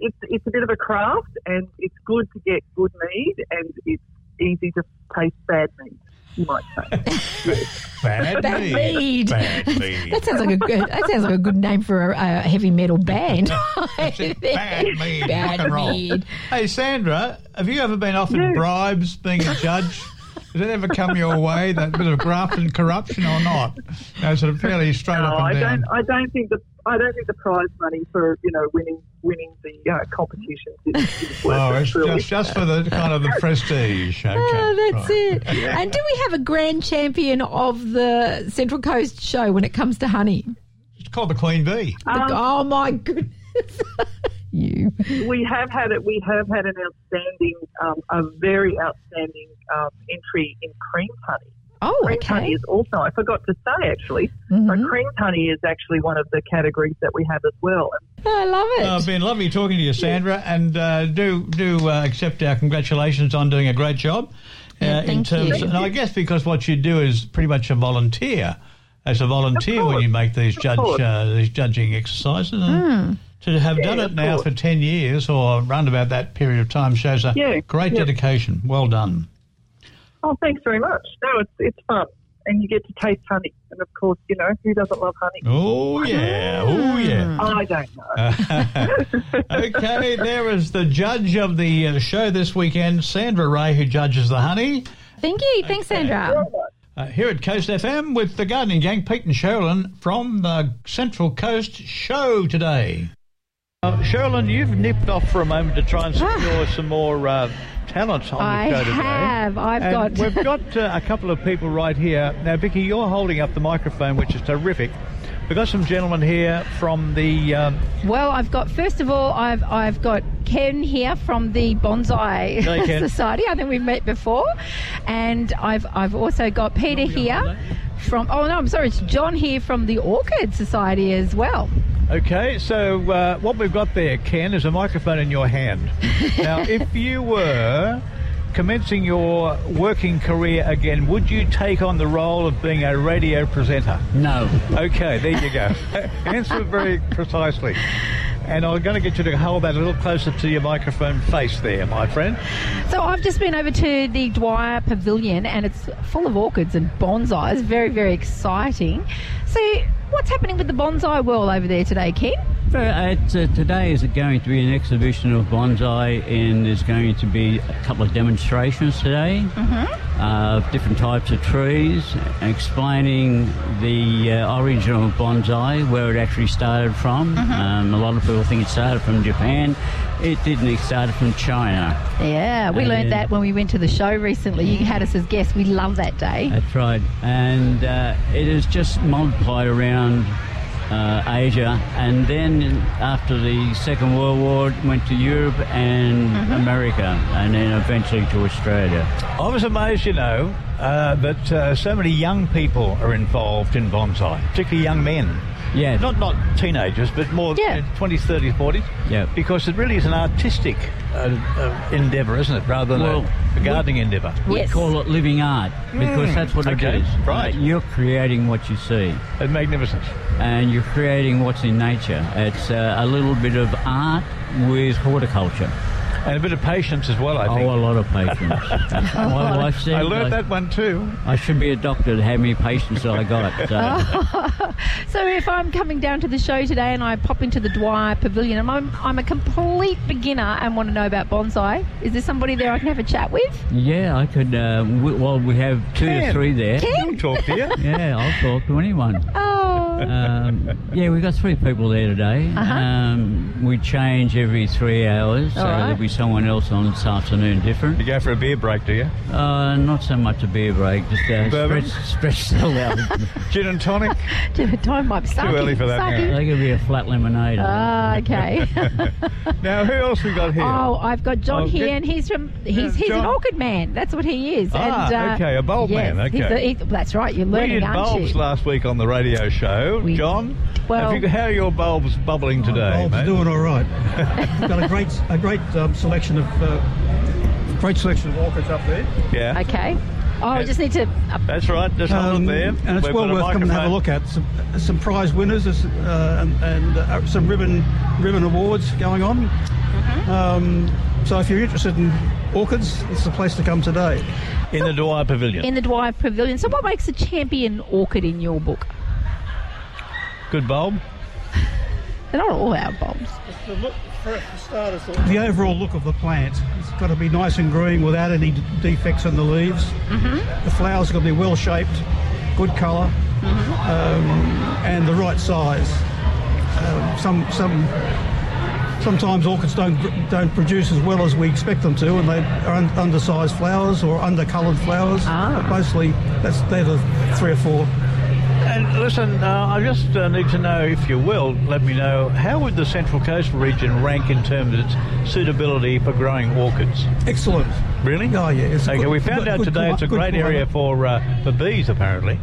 Speaker 15: It's, it's a bit of a craft, and it's good to get good mead, and it's easy to taste bad mead, you might say.
Speaker 5: Bad,
Speaker 6: Bad
Speaker 5: mead.
Speaker 6: mead.
Speaker 5: Bad mead.
Speaker 6: That sounds like a good. That sounds like a good name for a, a heavy metal band.
Speaker 5: Bad mead. rock
Speaker 6: Bad
Speaker 5: and roll.
Speaker 6: mead.
Speaker 5: Hey, Sandra, have you ever been offered bribes being a judge? Did it ever come your way, that bit of graft and corruption or not? No, sort of fairly straight
Speaker 15: No,
Speaker 5: up
Speaker 15: I
Speaker 5: and down.
Speaker 15: don't. I don't think the I don't think the prize money for you know winning winning the uh, competition is, is worth
Speaker 5: Oh,
Speaker 15: it.
Speaker 5: it's
Speaker 15: really.
Speaker 5: just, just for the kind of the prestige. Okay.
Speaker 6: Oh, that's
Speaker 5: right.
Speaker 6: it. And do we have a grand champion of the Central Coast show when it comes to honey?
Speaker 5: It's called the Queen Bee.
Speaker 6: The- oh my goodness!
Speaker 3: you.
Speaker 15: We have had it. We have had an outstanding, um, a very outstanding um, entry in cream honey.
Speaker 3: Oh,
Speaker 15: cream
Speaker 3: okay.
Speaker 15: honey is also. I forgot to say actually, mm-hmm. but cream honey is actually one of the categories that we have as well.
Speaker 3: I love it.
Speaker 17: Uh, been lovely talking to you, Sandra, yes. and uh, do do uh, accept our congratulations on doing a great job. uh,
Speaker 6: Yeah,
Speaker 17: in terms,
Speaker 6: you.
Speaker 17: and I guess because what you do is pretty much a volunteer, as a volunteer when you make these
Speaker 15: Of
Speaker 17: judge
Speaker 15: course. Hmm.
Speaker 17: uh, these judging exercises.
Speaker 14: Hmm.
Speaker 17: And To have
Speaker 15: Yeah,
Speaker 17: done
Speaker 15: of
Speaker 17: it now
Speaker 15: course.
Speaker 17: for ten years or round about that period of time shows a
Speaker 15: Yeah,
Speaker 17: great
Speaker 15: yeah.
Speaker 17: dedication. Well done.
Speaker 15: Oh, thanks very much. No, it's it's fun, and you get to taste honey, and of course, you know who doesn't love honey?
Speaker 17: Oh yeah, oh yeah.
Speaker 15: I don't know.
Speaker 17: okay, there is the judge of the uh, show this weekend, Sandra Ray, who judges the honey.
Speaker 6: Thank you. Thanks, Sandra.
Speaker 17: Uh, here at Coast FM with the gardening gang, Pete and Sherilyn from the Central Coast show today.
Speaker 5: Uh, Sherilyn, you've nipped off for a moment to try and secure some more uh, talent on
Speaker 6: I
Speaker 5: the show today.
Speaker 6: have. I've
Speaker 5: And
Speaker 6: got-
Speaker 5: We've got uh, a couple of people right here. Now, Vicky, you're holding up the microphone, which is terrific. We've got some gentlemen here from the. Um,
Speaker 6: Well, I've got first of all, I've I've got Ken here from the Bonsai
Speaker 5: Hello, Ken.
Speaker 6: Society. I think we've met before, and I've I've also got Peter here from. Oh no, I'm sorry, it's John here from the Orchid Society as well.
Speaker 5: Okay, so uh, what we've got there, Ken, is a microphone in your hand. Now, if you were commencing your working career again, would you take on the role of being a radio presenter?
Speaker 18: No.
Speaker 5: Okay, there you go. Answer very precisely. And I'm going to get you to hold that a little closer to your microphone face there, my friend.
Speaker 6: So I've just been over to the Dwyer Pavilion, and it's full of orchids and bonsai. It's very very exciting. So what's happening with the bonsai world over there today, Ken?
Speaker 19: So it's, uh, today is going to be an exhibition of bonsai, and there's going to be a couple of demonstrations today
Speaker 6: Mm-hmm.
Speaker 19: uh, of different types of trees, explaining the uh, origin of bonsai, where it actually started from.
Speaker 6: Mm-hmm.
Speaker 19: Um, a lot of people think it started from Japan. It didn't. It started from China.
Speaker 6: Yeah, we
Speaker 19: And
Speaker 6: learned
Speaker 19: then-
Speaker 6: that when we went to the show recently. You had us as guests. We love that day.
Speaker 19: That's right. And uh, it is just multiplied around uh, Asia. And then after the Second World War, it went to Europe and America, and then eventually to Australia.
Speaker 5: I was amazed, you know, uh, that uh, so many young people are involved in bonsai, particularly young men.
Speaker 19: Yeah.
Speaker 5: Not not teenagers, but more
Speaker 6: Yeah.
Speaker 5: you know, 20s, 30s, 40s.
Speaker 19: Yeah.
Speaker 5: Because it really is an artistic uh, uh, endeavour, isn't it? Rather than
Speaker 19: Well,
Speaker 5: a, a gardening endeavour.
Speaker 19: We call it living art because
Speaker 5: Mm,
Speaker 19: that's what
Speaker 5: okay,
Speaker 19: it is.
Speaker 5: right.
Speaker 19: Uh, you're creating what you see.
Speaker 5: And magnificent.
Speaker 19: And you're creating what's in nature. It's uh, a little bit of art with horticulture.
Speaker 5: And a bit of patience as well, I
Speaker 19: oh,
Speaker 5: think.
Speaker 19: a lot of patience. My wife said
Speaker 5: I learnt
Speaker 19: like,
Speaker 5: that one too.
Speaker 19: I should be a doctor to how many patients that I got. So.
Speaker 6: So if I'm coming down to the show today and I pop into the Dwyer Pavilion, and I'm, I'm a complete beginner and want to know about bonsai, is there somebody there I can have a chat with?
Speaker 19: Yeah, I could. Uh, we, well, we have two
Speaker 6: Ken.
Speaker 19: or three there.
Speaker 6: Ken?
Speaker 5: You talk to you.
Speaker 19: Yeah, I'll talk to anyone.
Speaker 6: Oh,
Speaker 19: Um, yeah, we've got three people there today.
Speaker 6: Uh-huh.
Speaker 19: Um, we change every three hours, so
Speaker 6: All right.
Speaker 19: there'll be someone else on this afternoon different.
Speaker 5: You go for a beer break, do you?
Speaker 19: Uh, not so much a beer break, just uh,
Speaker 5: Bourbon?
Speaker 19: stretch, stretch the loud.
Speaker 5: Gin and tonic?
Speaker 6: time might be starting.
Speaker 5: early for that now.
Speaker 19: they could be a flat lemonade.
Speaker 6: Ah, okay.
Speaker 5: now, who else we got here?
Speaker 6: oh, I've got John
Speaker 5: Oh,
Speaker 6: here,
Speaker 5: good.
Speaker 6: and he's from he's he's
Speaker 5: John.
Speaker 6: an orchid man. That's what he is.
Speaker 5: Ah,
Speaker 6: and, uh,
Speaker 5: okay, a bulb
Speaker 6: yes,
Speaker 5: man,
Speaker 6: he's
Speaker 5: okay.
Speaker 6: a- he- that's right. You're
Speaker 5: we
Speaker 6: learning,
Speaker 5: did
Speaker 6: aren't
Speaker 5: bulbs
Speaker 6: you?
Speaker 5: last week on the radio show, John.
Speaker 6: well-
Speaker 5: have you, how are your bulbs bubbling today,
Speaker 14: Oh, Bulbs
Speaker 5: mate?
Speaker 14: doing all right. We've got a great, a great um, selection of, uh, great selection of orchids up there.
Speaker 5: Yeah.
Speaker 6: Okay. Oh, I just need to.
Speaker 5: That's right. Just hold
Speaker 14: Um,
Speaker 5: it there.
Speaker 14: and it's
Speaker 5: We've
Speaker 14: well
Speaker 5: got
Speaker 14: worth coming to have a
Speaker 5: microphone.
Speaker 14: look at. Some, some prize winners uh, and, and uh, some ribbon ribbon awards going on. Um, so if you're interested in orchids, it's the place to come today.
Speaker 5: in the Dwyer Pavilion.
Speaker 6: In the Dwyer Pavilion. So, what makes a champion orchid in your book?
Speaker 5: Good bulb.
Speaker 6: They're not all our bulbs.
Speaker 14: The look, for, for starters, the overall look of the plant. It's got to be nice and green without any d- defects in the leaves. Mm-hmm. The flowers got to be well shaped, good color um, and the right size. Um, some some sometimes orchids don't gr- don't produce as well as we expect them to, and they are un- undersized flowers or undercoloured flowers. Mostly, that's they're the three or four
Speaker 5: And listen, uh, I just uh, need to know, if you will, let me know, how would the Central Coast region rank in terms of its suitability for growing orchids?
Speaker 14: Excellent.
Speaker 5: Really?
Speaker 14: Oh, yeah. It's a
Speaker 5: okay,
Speaker 14: good-
Speaker 5: we found
Speaker 14: good-
Speaker 5: out
Speaker 14: good
Speaker 5: today
Speaker 14: cli-
Speaker 5: it's a
Speaker 14: good
Speaker 5: great area for, uh, for bees, apparently.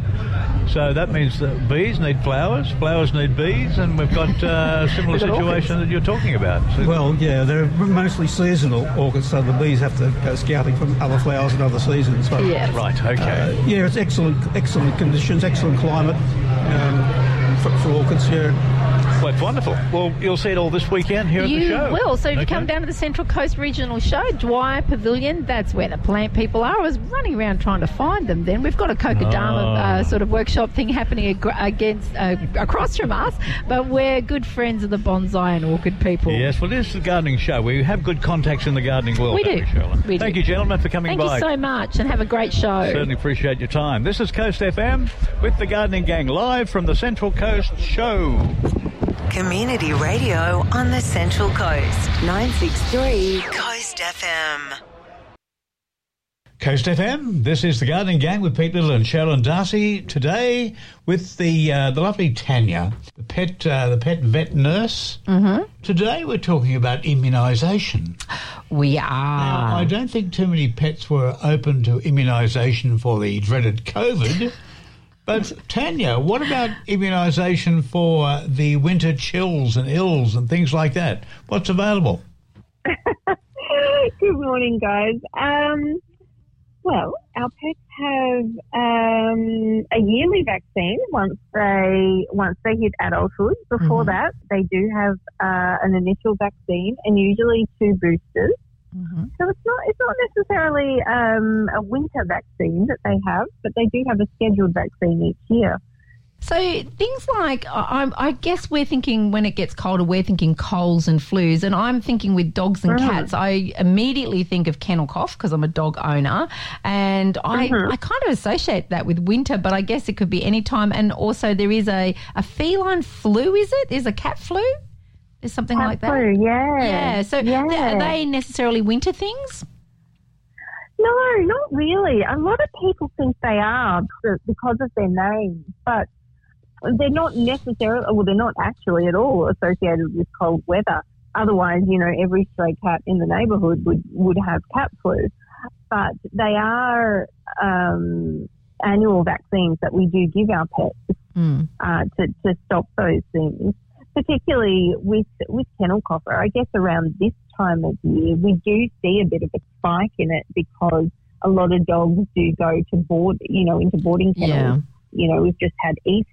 Speaker 5: So that means that bees need flowers, flowers need bees, and we've got uh, a similar
Speaker 14: We've got
Speaker 5: situation that you're talking about. So
Speaker 14: Well, yeah, they're mostly seasonal orchids, so the bees have to go scouting for other flowers in other seasons. So,
Speaker 5: Yes. Right, okay.
Speaker 14: Uh, yeah, it's excellent, excellent conditions, excellent climate um, for, for orchids here.
Speaker 5: Well, it's wonderful. Well, you'll see it all this weekend here at the
Speaker 6: You
Speaker 5: show.
Speaker 6: will. So if you
Speaker 5: Okay.
Speaker 6: come down to the Central Coast Regional Show, Dwyer Pavilion, that's where the plant people are. I was running around trying to find them. Then we've got a Kokodama
Speaker 20: Oh.
Speaker 6: uh, sort of workshop thing happening ag- against uh, across from us, but we're good friends of the bonsai and orchid people.
Speaker 5: Yes, well, it is the gardening show. We have good contacts in the gardening world.
Speaker 6: We
Speaker 5: don't
Speaker 6: do.
Speaker 5: Shirley?
Speaker 6: We do.
Speaker 5: Thank you, gentlemen, for coming
Speaker 6: Thank
Speaker 5: by.
Speaker 6: you so much, and have a great show.
Speaker 5: Certainly appreciate your time. This is Coast FM with the Gardening Gang live from the Central Coast Show.
Speaker 3: Community radio on the Central Coast. 963 Coast FM.
Speaker 11: Coast FM. This is the Gardening Gang with Pete Little and Sharon Darcy today with the uh, the lovely Tanya, the pet uh, the pet vet nurse. Mm-hmm. Today we're talking about immunisation.
Speaker 6: We are.
Speaker 11: Now, I don't think too many pets were open to immunisation for the dreaded COVID. But Tanya, what about immunisation for uh, the winter chills and ills and things like that? What's available?
Speaker 16: Good morning, guys. Um, well, our pets have um, a yearly vaccine once they once they hit adulthood. Before that, they do have uh, an initial vaccine and usually two boosters. So it's not it's not necessarily um, a winter vaccine that they have, but they do have a scheduled vaccine each year.
Speaker 6: So things like I, I'm- I guess we're thinking when it gets colder, we're thinking colds and flus, and I'm thinking with dogs and
Speaker 16: Mhm.
Speaker 6: cats, I immediately think of kennel cough because I'm a dog owner, and I
Speaker 16: Mm-hmm.
Speaker 6: I kind of associate that with winter, but I guess it could be any time. And also there is a a feline flu, is it? Is a cat flu? Is something
Speaker 16: Cat
Speaker 6: like that?
Speaker 16: flu, yeah.
Speaker 6: Yeah. So th-
Speaker 16: Yeah.
Speaker 6: are they necessarily winter things?
Speaker 16: No, not really. A lot of people think they are because of their name, but they're not necessarily, well, they're not actually at all associated with cold weather. Otherwise, you know, every stray cat in the neighbourhood would, would have cat flu. But they are um, annual vaccines that we do give our pets
Speaker 15: Hmm.
Speaker 16: uh, to, to stop those things. Particularly with with kennel copper, I guess around this time of year we do see a bit of a spike in it because a lot of dogs do go to board, you know, into boarding kennels.
Speaker 21: Yeah.
Speaker 16: You know, we've just had Easter,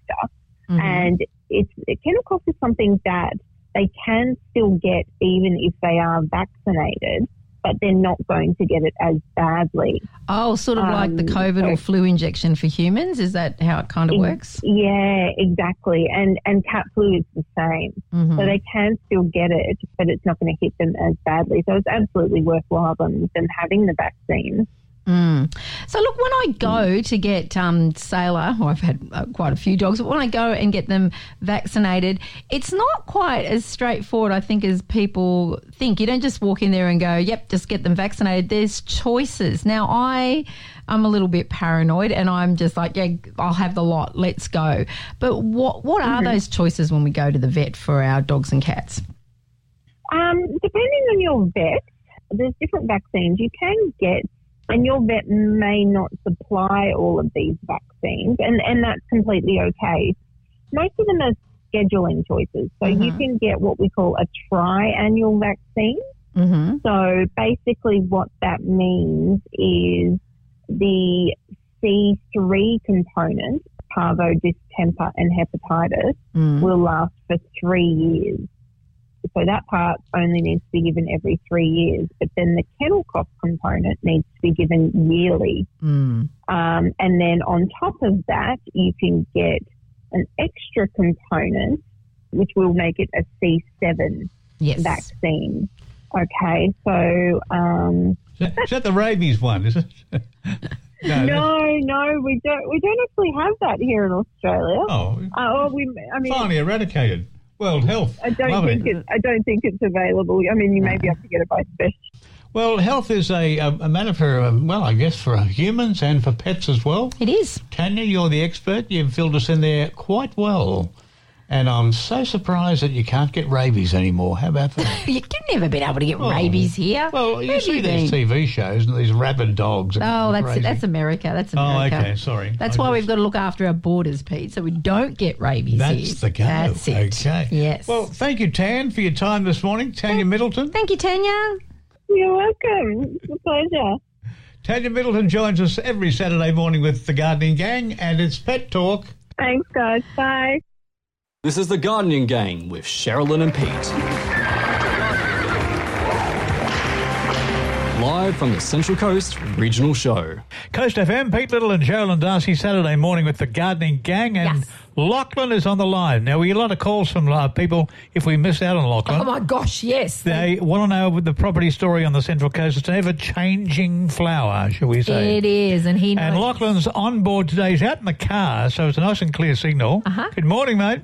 Speaker 3: Mm-hmm.
Speaker 5: Mm-hmm.
Speaker 21: Mhm.
Speaker 16: and it's kennel cough is something that they can still get even if they are vaccinated, but they're not going to get it as badly.
Speaker 6: Oh, sort of like the
Speaker 16: Um, Mm,
Speaker 6: COVID
Speaker 16: so-
Speaker 6: or flu injection for humans. Is that how it kind of
Speaker 16: Ex-
Speaker 6: works?
Speaker 16: Yeah, exactly. And and cat flu is the same.
Speaker 6: Mhm.
Speaker 16: So they can still get it, but it's not going to hit them as badly. So it's absolutely worthwhile them, them having the vaccine.
Speaker 6: Mm. So look, when I go to get um, Sailor, who I've had uh, quite a few dogs, but when I go and get them vaccinated, it's not quite as straightforward, I think, as people think. You don't just walk in there and go, "Yep, just get them vaccinated." There's choices. Now, I I'm a little bit paranoid, and I'm just like, "Yeah, I'll have the lot. Let's go." But what what are those choices when we go to the vet for our dogs and cats?
Speaker 16: Um, depending on your vet, there's different vaccines you can get, and your vet may not supply all of these vaccines, and, and that's completely okay. Most of them are scheduling choices. So you can get what we call a triannual vaccine.
Speaker 6: Mm-hmm.
Speaker 16: So basically, what that means is the C3 component, parvo, distemper, and hepatitis,
Speaker 6: Mm.
Speaker 16: will last for three years. So that part only needs to be given every three years, but then the kennel cough component needs to be given yearly.
Speaker 15: Hmm.
Speaker 6: Mm.
Speaker 16: Um, and then on top of that, you can get an extra component, which will make it a C7
Speaker 6: Yes.
Speaker 16: vaccine. Okay, so um,
Speaker 11: Is that- is that the rabies one? Is it?
Speaker 16: no, no, we don't. We don't actually have that here in Australia.
Speaker 11: Oh.
Speaker 16: Uh, oh, we. I mean,
Speaker 11: Finally eradicated. World Health.
Speaker 16: I don't
Speaker 11: Love
Speaker 16: think
Speaker 11: it.
Speaker 16: it's. I don't think it's available. I mean, you may be able to get it by special.
Speaker 5: Well, health is a, a, a matter for, uh, well, I guess for uh, humans and for pets as well.
Speaker 6: It is.
Speaker 5: Tanya, you're the expert. You've filled us in there quite well. And I'm so surprised that you can't get rabies anymore. How about that?
Speaker 6: You've never been able to get rabies here.
Speaker 5: Well, you
Speaker 6: Where have
Speaker 5: see
Speaker 6: been?
Speaker 5: these TV shows and these rabid dogs.
Speaker 6: Oh, that's
Speaker 5: crazy.
Speaker 6: that's America. That's
Speaker 5: Oh,
Speaker 6: America.
Speaker 5: okay, sorry.
Speaker 6: That's
Speaker 5: I
Speaker 6: why
Speaker 5: just-
Speaker 6: we've got to look after our borders, Pete, so we don't get rabies.
Speaker 5: That's
Speaker 6: here.
Speaker 5: the go.
Speaker 6: That's it.
Speaker 5: Okay.
Speaker 6: Yes.
Speaker 5: Well, thank you, Tan, for your time this morning. Tanya Middleton.
Speaker 6: Thank you, Tanya.
Speaker 16: You're welcome. It's a pleasure.
Speaker 5: Tanya Middleton joins us every Saturday morning with the Gardening Gang, and it's Pet Talk.
Speaker 16: Thanks, guys. Bye.
Speaker 1: This is the Gardening Gang with Sherilyn and Pete. Live from the Central Coast Regional Show.
Speaker 5: Coast FM, Pete Little and Sherilyn Darcy, Saturday morning with the Gardening Gang, and Lachlan is on the line. Now, we get a lot of calls from uh, people if we miss out on Lachlan.
Speaker 6: Oh my gosh, yes.
Speaker 5: They want to know the property story on the Central Coast. It's an ever changing flower, shall we say.
Speaker 6: It is, and he knows.
Speaker 5: And Lachlan's on board today. He's out in the car, so it's a nice and clear signal. Uh-huh. Good morning, mate.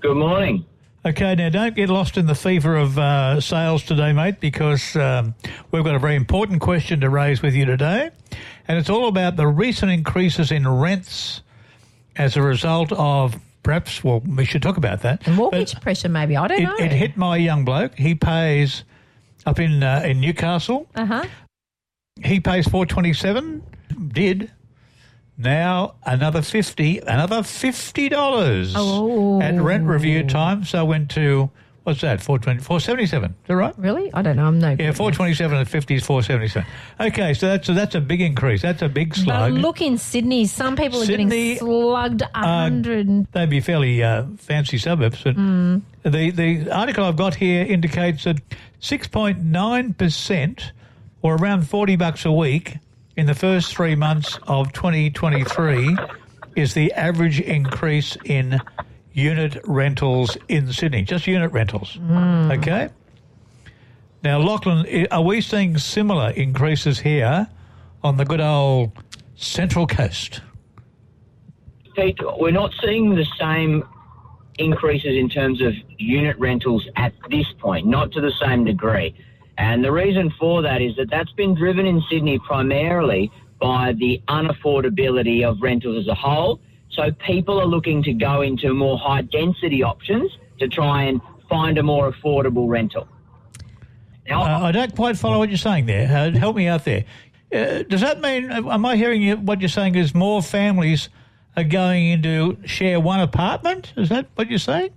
Speaker 20: Good morning.
Speaker 5: Okay, now don't get lost in the fever of uh, sales today, mate, because um, we've got a very important question to raise with you today. And it's all about the recent increases in rents as a result of perhaps, well, we should talk about that.
Speaker 6: mortgage pressure, maybe. I don't
Speaker 5: it,
Speaker 6: know.
Speaker 5: it hit my young bloke. He pays up in uh, in Newcastle.
Speaker 6: Uh huh.
Speaker 5: He pays four twenty seven. Did now another fifty, another fifty dollars
Speaker 6: Oh.
Speaker 5: at rent review time. So I went to what's that? Four twenty, four seventy seven. Is that right?
Speaker 6: Really? I don't know. I'm no.
Speaker 5: Yeah, four twenty seven and fifty is four seventy seven. Okay, so that's so that's a big increase. That's a big
Speaker 6: But
Speaker 5: slug.
Speaker 6: look in Sydney, some people are
Speaker 5: Sydney, uh,
Speaker 6: getting slugged a hundred. and
Speaker 5: They'd be fairly uh, fancy suburbs, but
Speaker 6: Mm.
Speaker 5: The the article I've got here indicates that six point nine percent, or around forty bucks a week, in the first three months of twenty twenty three, is the average increase in unit rentals in Sydney. Just unit rentals.
Speaker 15: Mm.
Speaker 5: Okay. Now, Lachlan, i- are we seeing similar increases here on the good old Central Coast?
Speaker 20: Pete, we're not seeing the same increases in terms of unit rentals at this point, not to the same degree. And the reason for that is that that's been driven in Sydney primarily by the unaffordability of rentals as a whole. So people are looking to go into more high density options to try and find a more affordable rental.
Speaker 5: Uh, I don't quite follow what you're saying there. Uh, help me out there. Uh, does that mean, am I hearing you, what you're saying is more families are going into share one apartment? Is that what you're saying?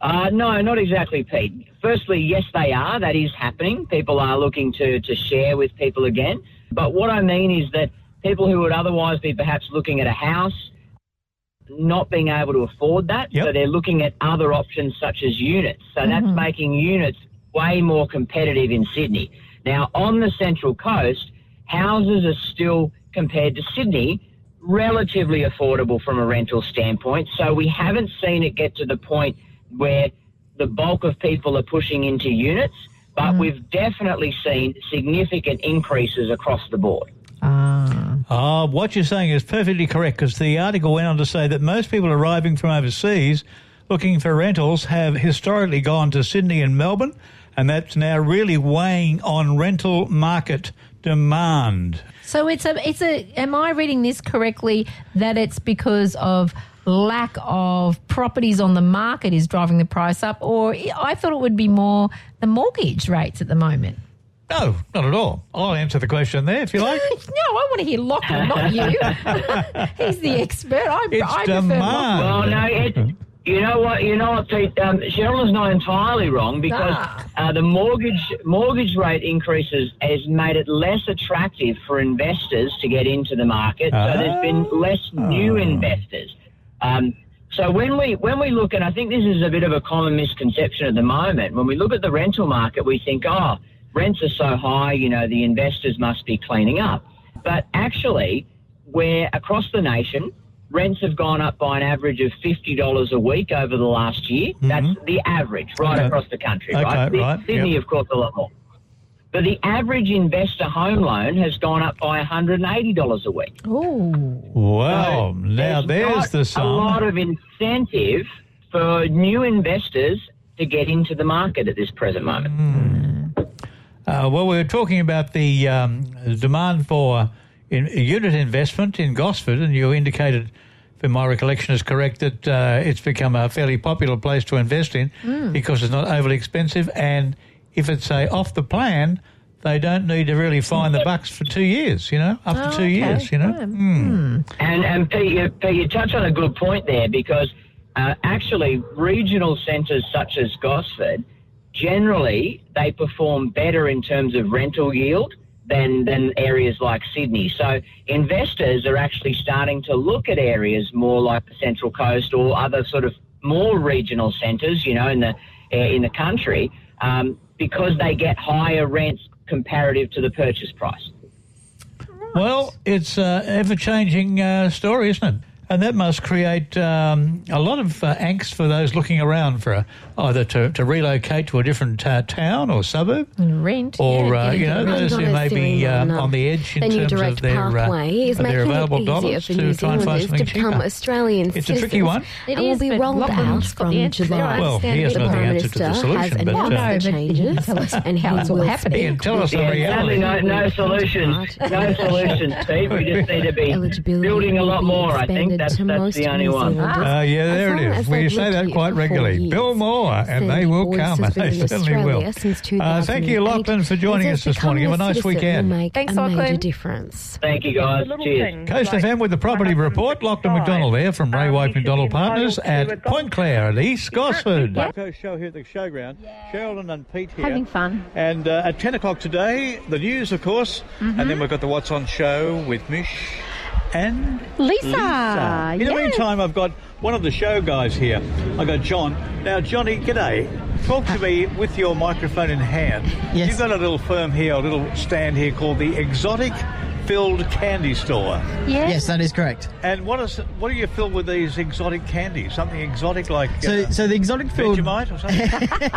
Speaker 20: Uh, no, not exactly, Pete. Firstly, yes, they are. That is happening. People are looking to, to share with people again. But what I mean is that people who would otherwise be perhaps looking at a house, not being able to afford that, so they're looking at other options such as units. So that's making units way more competitive in Sydney. Now, on the Central Coast, houses are still, compared to Sydney, relatively affordable from a rental standpoint. So we haven't seen it get to the point where the bulk of people are pushing into units, but we've definitely seen significant increases across the board.
Speaker 5: Ah, what you're saying is perfectly correct because the article went on to say that most people arriving from overseas looking for rentals have historically gone to Sydney and Melbourne, and that's now really weighing on rental market demand.
Speaker 6: So it's a it's a. Am I reading this correctly? That it's because of lack of properties on the market is driving the price up, or I thought it would be more the mortgage rates at the moment.
Speaker 5: No, not at all. I'll answer the question there if you like.
Speaker 6: No, I want to hear Lachlan, not you. He's the expert. I, I prefer
Speaker 20: Well,
Speaker 6: Lachlan.
Speaker 20: no, it, you know what, you know what, Pete. Um, Cheryl's not entirely wrong because uh, the mortgage mortgage rate increases has made it less attractive for investors to get into the market. So there's been less new investors. Um, so when we when we look, and I think this is a bit of a common misconception at the moment, when we look at the rental market, we think, oh, rents are so high, you know, the investors must be cleaning up. But actually, where across the nation, rents have gone up by an average of fifty dollars a week over the last year. That's the average right
Speaker 5: Mm-hmm. Okay.
Speaker 20: across the country,
Speaker 5: Okay,
Speaker 20: right? Sy-
Speaker 5: right,
Speaker 20: Sydney,
Speaker 5: yep.
Speaker 20: of course, a lot more. But the average investor home loan has gone up by one hundred and eighty dollars a week.
Speaker 6: Oh.
Speaker 5: Wow, now there's
Speaker 20: Not
Speaker 5: the
Speaker 20: A
Speaker 5: sum.
Speaker 20: lot of incentive for new investors to get into the market at this present moment.
Speaker 11: Uh, well, we were talking about the um, demand for in, unit investment in Gosford, and you indicated, if my recollection is correct, that uh, it's become a fairly popular place to invest in
Speaker 20: Hmm.
Speaker 21: Mm.
Speaker 11: because it's not overly expensive, and if it's say off the plan, they don't need to really find the bucks for two years. You know, after
Speaker 20: Oh,
Speaker 11: two years, you
Speaker 20: Hmm.
Speaker 11: know. Hmm.
Speaker 20: And and Pete, you, Pete, you touch on a good point there because uh, actually regional centres such as Gosford, generally they perform better in terms of rental yield than than areas like Sydney. So investors are actually starting to look at areas more like the Central Coast or other sort of more regional centres, you know, in the eh, in the country, um, because they get higher rents comparative to the purchase price.
Speaker 11: Well, it's an ever changing uh, story, isn't it? And that must create um, a lot of uh, angst for those looking around for a, either to, to relocate to a different uh, town or suburb,
Speaker 22: And rent.
Speaker 11: or uh,
Speaker 22: Mm-hmm. yeah,
Speaker 11: you
Speaker 22: yeah,
Speaker 11: know
Speaker 22: rent
Speaker 11: those
Speaker 22: on
Speaker 11: who
Speaker 22: a
Speaker 11: may be
Speaker 22: ceiling
Speaker 11: um,
Speaker 22: on, um,
Speaker 11: on the edge in
Speaker 22: the new
Speaker 11: terms
Speaker 22: direct
Speaker 11: of their, uh,
Speaker 22: pathway is
Speaker 11: of their
Speaker 22: making it
Speaker 11: available
Speaker 22: easier
Speaker 11: dollars
Speaker 22: for
Speaker 11: to
Speaker 22: New
Speaker 11: try and find
Speaker 22: Zealanders
Speaker 11: something
Speaker 22: to
Speaker 11: cheaper.
Speaker 22: become Australian
Speaker 11: It's a
Speaker 22: citizens.
Speaker 11: tricky one.
Speaker 22: It will be rolled out from July.
Speaker 11: Well, he
Speaker 22: the
Speaker 11: hasn't got the
Speaker 22: Prime
Speaker 11: answer
Speaker 22: Minister
Speaker 11: to the
Speaker 22: has
Speaker 11: solution, but,
Speaker 22: announced
Speaker 11: uh,
Speaker 22: the changes, and he will
Speaker 11: Ian,
Speaker 22: speak
Speaker 11: tell us the
Speaker 22: with-
Speaker 11: reality.
Speaker 20: No, no solutions. No solutions, Steve. We just need to be building a lot more. I think that's, that's the only one.
Speaker 11: Uh, yeah, there it is. We say that quite regularly. Bill Moore, and they will come, and
Speaker 22: has been
Speaker 11: they
Speaker 22: in
Speaker 11: certainly will.
Speaker 22: Australia since
Speaker 11: Uh, thank you,
Speaker 22: 2008.
Speaker 11: Lachlan, for joining
Speaker 22: It
Speaker 11: us
Speaker 22: says
Speaker 11: this morning. Have a
Speaker 22: becoming
Speaker 11: nice
Speaker 22: citizen
Speaker 11: weekend.
Speaker 22: will make
Speaker 11: Thanks,
Speaker 22: a
Speaker 11: Lachlan.
Speaker 22: Major difference.
Speaker 20: Thank you, guys. Cheers.
Speaker 11: Coast FM with the property report. Lachlan McDonald there from
Speaker 6: Um,
Speaker 11: Ray White McDonald Partners at Point Clare and East Gosford.
Speaker 5: Coast show here at the showground. Sheldon and Pete here.
Speaker 6: Having fun.
Speaker 5: And uh, at 10 o'clock today, the news, of course.
Speaker 6: Mm-hmm.
Speaker 5: And then we've got the What's On show with Mish and
Speaker 6: Lisa.
Speaker 5: Lisa. In the
Speaker 6: yes.
Speaker 5: meantime, I've got one of the show guys here. I got John. Now, Johnny, g'day. Talk to me with your microphone in hand. Yes. You've got a little firm here, a little stand here called the Exotic Filled Candy Store.
Speaker 6: Yes.
Speaker 23: that is correct.
Speaker 5: And what is what do you fill with these exotic candies? Something exotic like
Speaker 23: So,
Speaker 5: uh,
Speaker 23: so the exotic filled.
Speaker 5: Vegemite or something?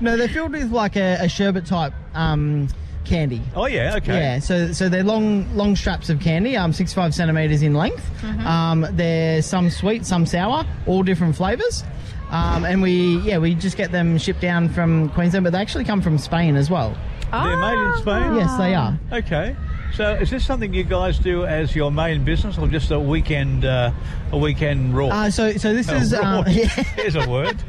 Speaker 23: no, they're filled with like a, a sherbet type um, candy.
Speaker 5: Oh yeah, okay.
Speaker 23: Yeah, so so they're long long straps of candy, um, 65 centimeters in length. Um, they're some sweet, some sour, all different flavors. Um, and we yeah we just get them shipped down from Queensland, but they actually come from Spain as well.
Speaker 5: They're made in Spain.
Speaker 23: Yes, they are.
Speaker 5: Okay. So is this something you guys do as your main business, or just a weekend uh, a weekend raw?
Speaker 23: Uh, so so this
Speaker 5: A
Speaker 23: is
Speaker 5: raw.
Speaker 23: um, yeah.
Speaker 5: There's a word.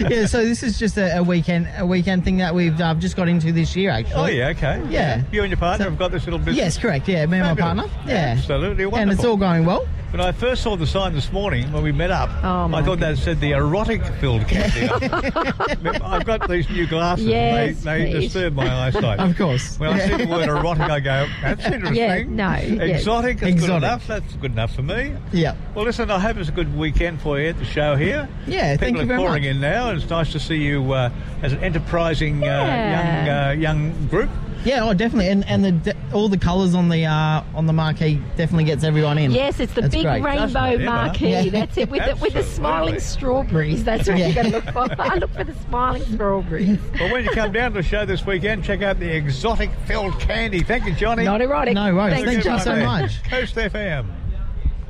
Speaker 23: yeah, so this is just a, a weekend a weekend thing that we've uh, just got into this year actually.
Speaker 5: Oh yeah, okay.
Speaker 23: Yeah.
Speaker 5: You and your partner have got this little business.
Speaker 23: Yes, correct. Yeah, me and my
Speaker 5: Fabulous.
Speaker 23: partner. Yeah.
Speaker 5: Absolutely wonderful.
Speaker 23: And it's all going well.
Speaker 5: When I first saw the sign this morning when we met up,
Speaker 23: my
Speaker 5: I thought that said the erotic filled candy. I've got these new glasses.
Speaker 23: Yes,
Speaker 5: and they, they
Speaker 23: please.
Speaker 5: disturb my eyesight.
Speaker 23: Of course.
Speaker 5: When I see the word erotic, I go, that's interesting.
Speaker 23: Yeah, no, yeah.
Speaker 5: Exotic is good
Speaker 23: Exotic.
Speaker 5: enough. That's good enough for me.
Speaker 23: Yeah.
Speaker 5: Well, listen, I hope it's a good weekend for you at the show here.
Speaker 23: Yeah,
Speaker 5: People
Speaker 23: thank you
Speaker 5: are
Speaker 23: very
Speaker 5: pouring
Speaker 23: much.
Speaker 5: in now, and it's nice to see you uh, as an enterprising
Speaker 23: Yeah.
Speaker 5: uh, young uh, young group.
Speaker 23: Yeah, oh, definitely, and and the de- all the colours on the uh, on the marquee definitely gets everyone in.
Speaker 6: Yes, it's the
Speaker 23: That's
Speaker 6: big
Speaker 23: great.
Speaker 6: rainbow marquee. That's it with the, with the smiling strawberries. That's what you're
Speaker 23: Yeah.
Speaker 6: going to look for. I look for the smiling strawberries.
Speaker 5: Well, when you come down to the show this weekend, check out the exotic filled candy. Thank you, Johnny.
Speaker 23: Not erotic. No worries.
Speaker 5: Thank
Speaker 23: Thank
Speaker 5: you
Speaker 23: you so
Speaker 5: Johnny.
Speaker 23: much.
Speaker 5: Coast FM.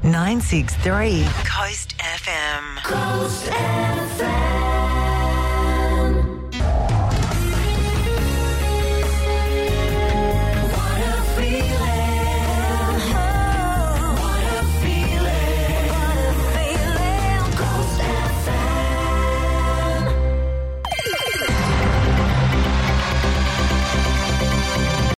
Speaker 4: 963.
Speaker 3: Coast FM. Coast FM.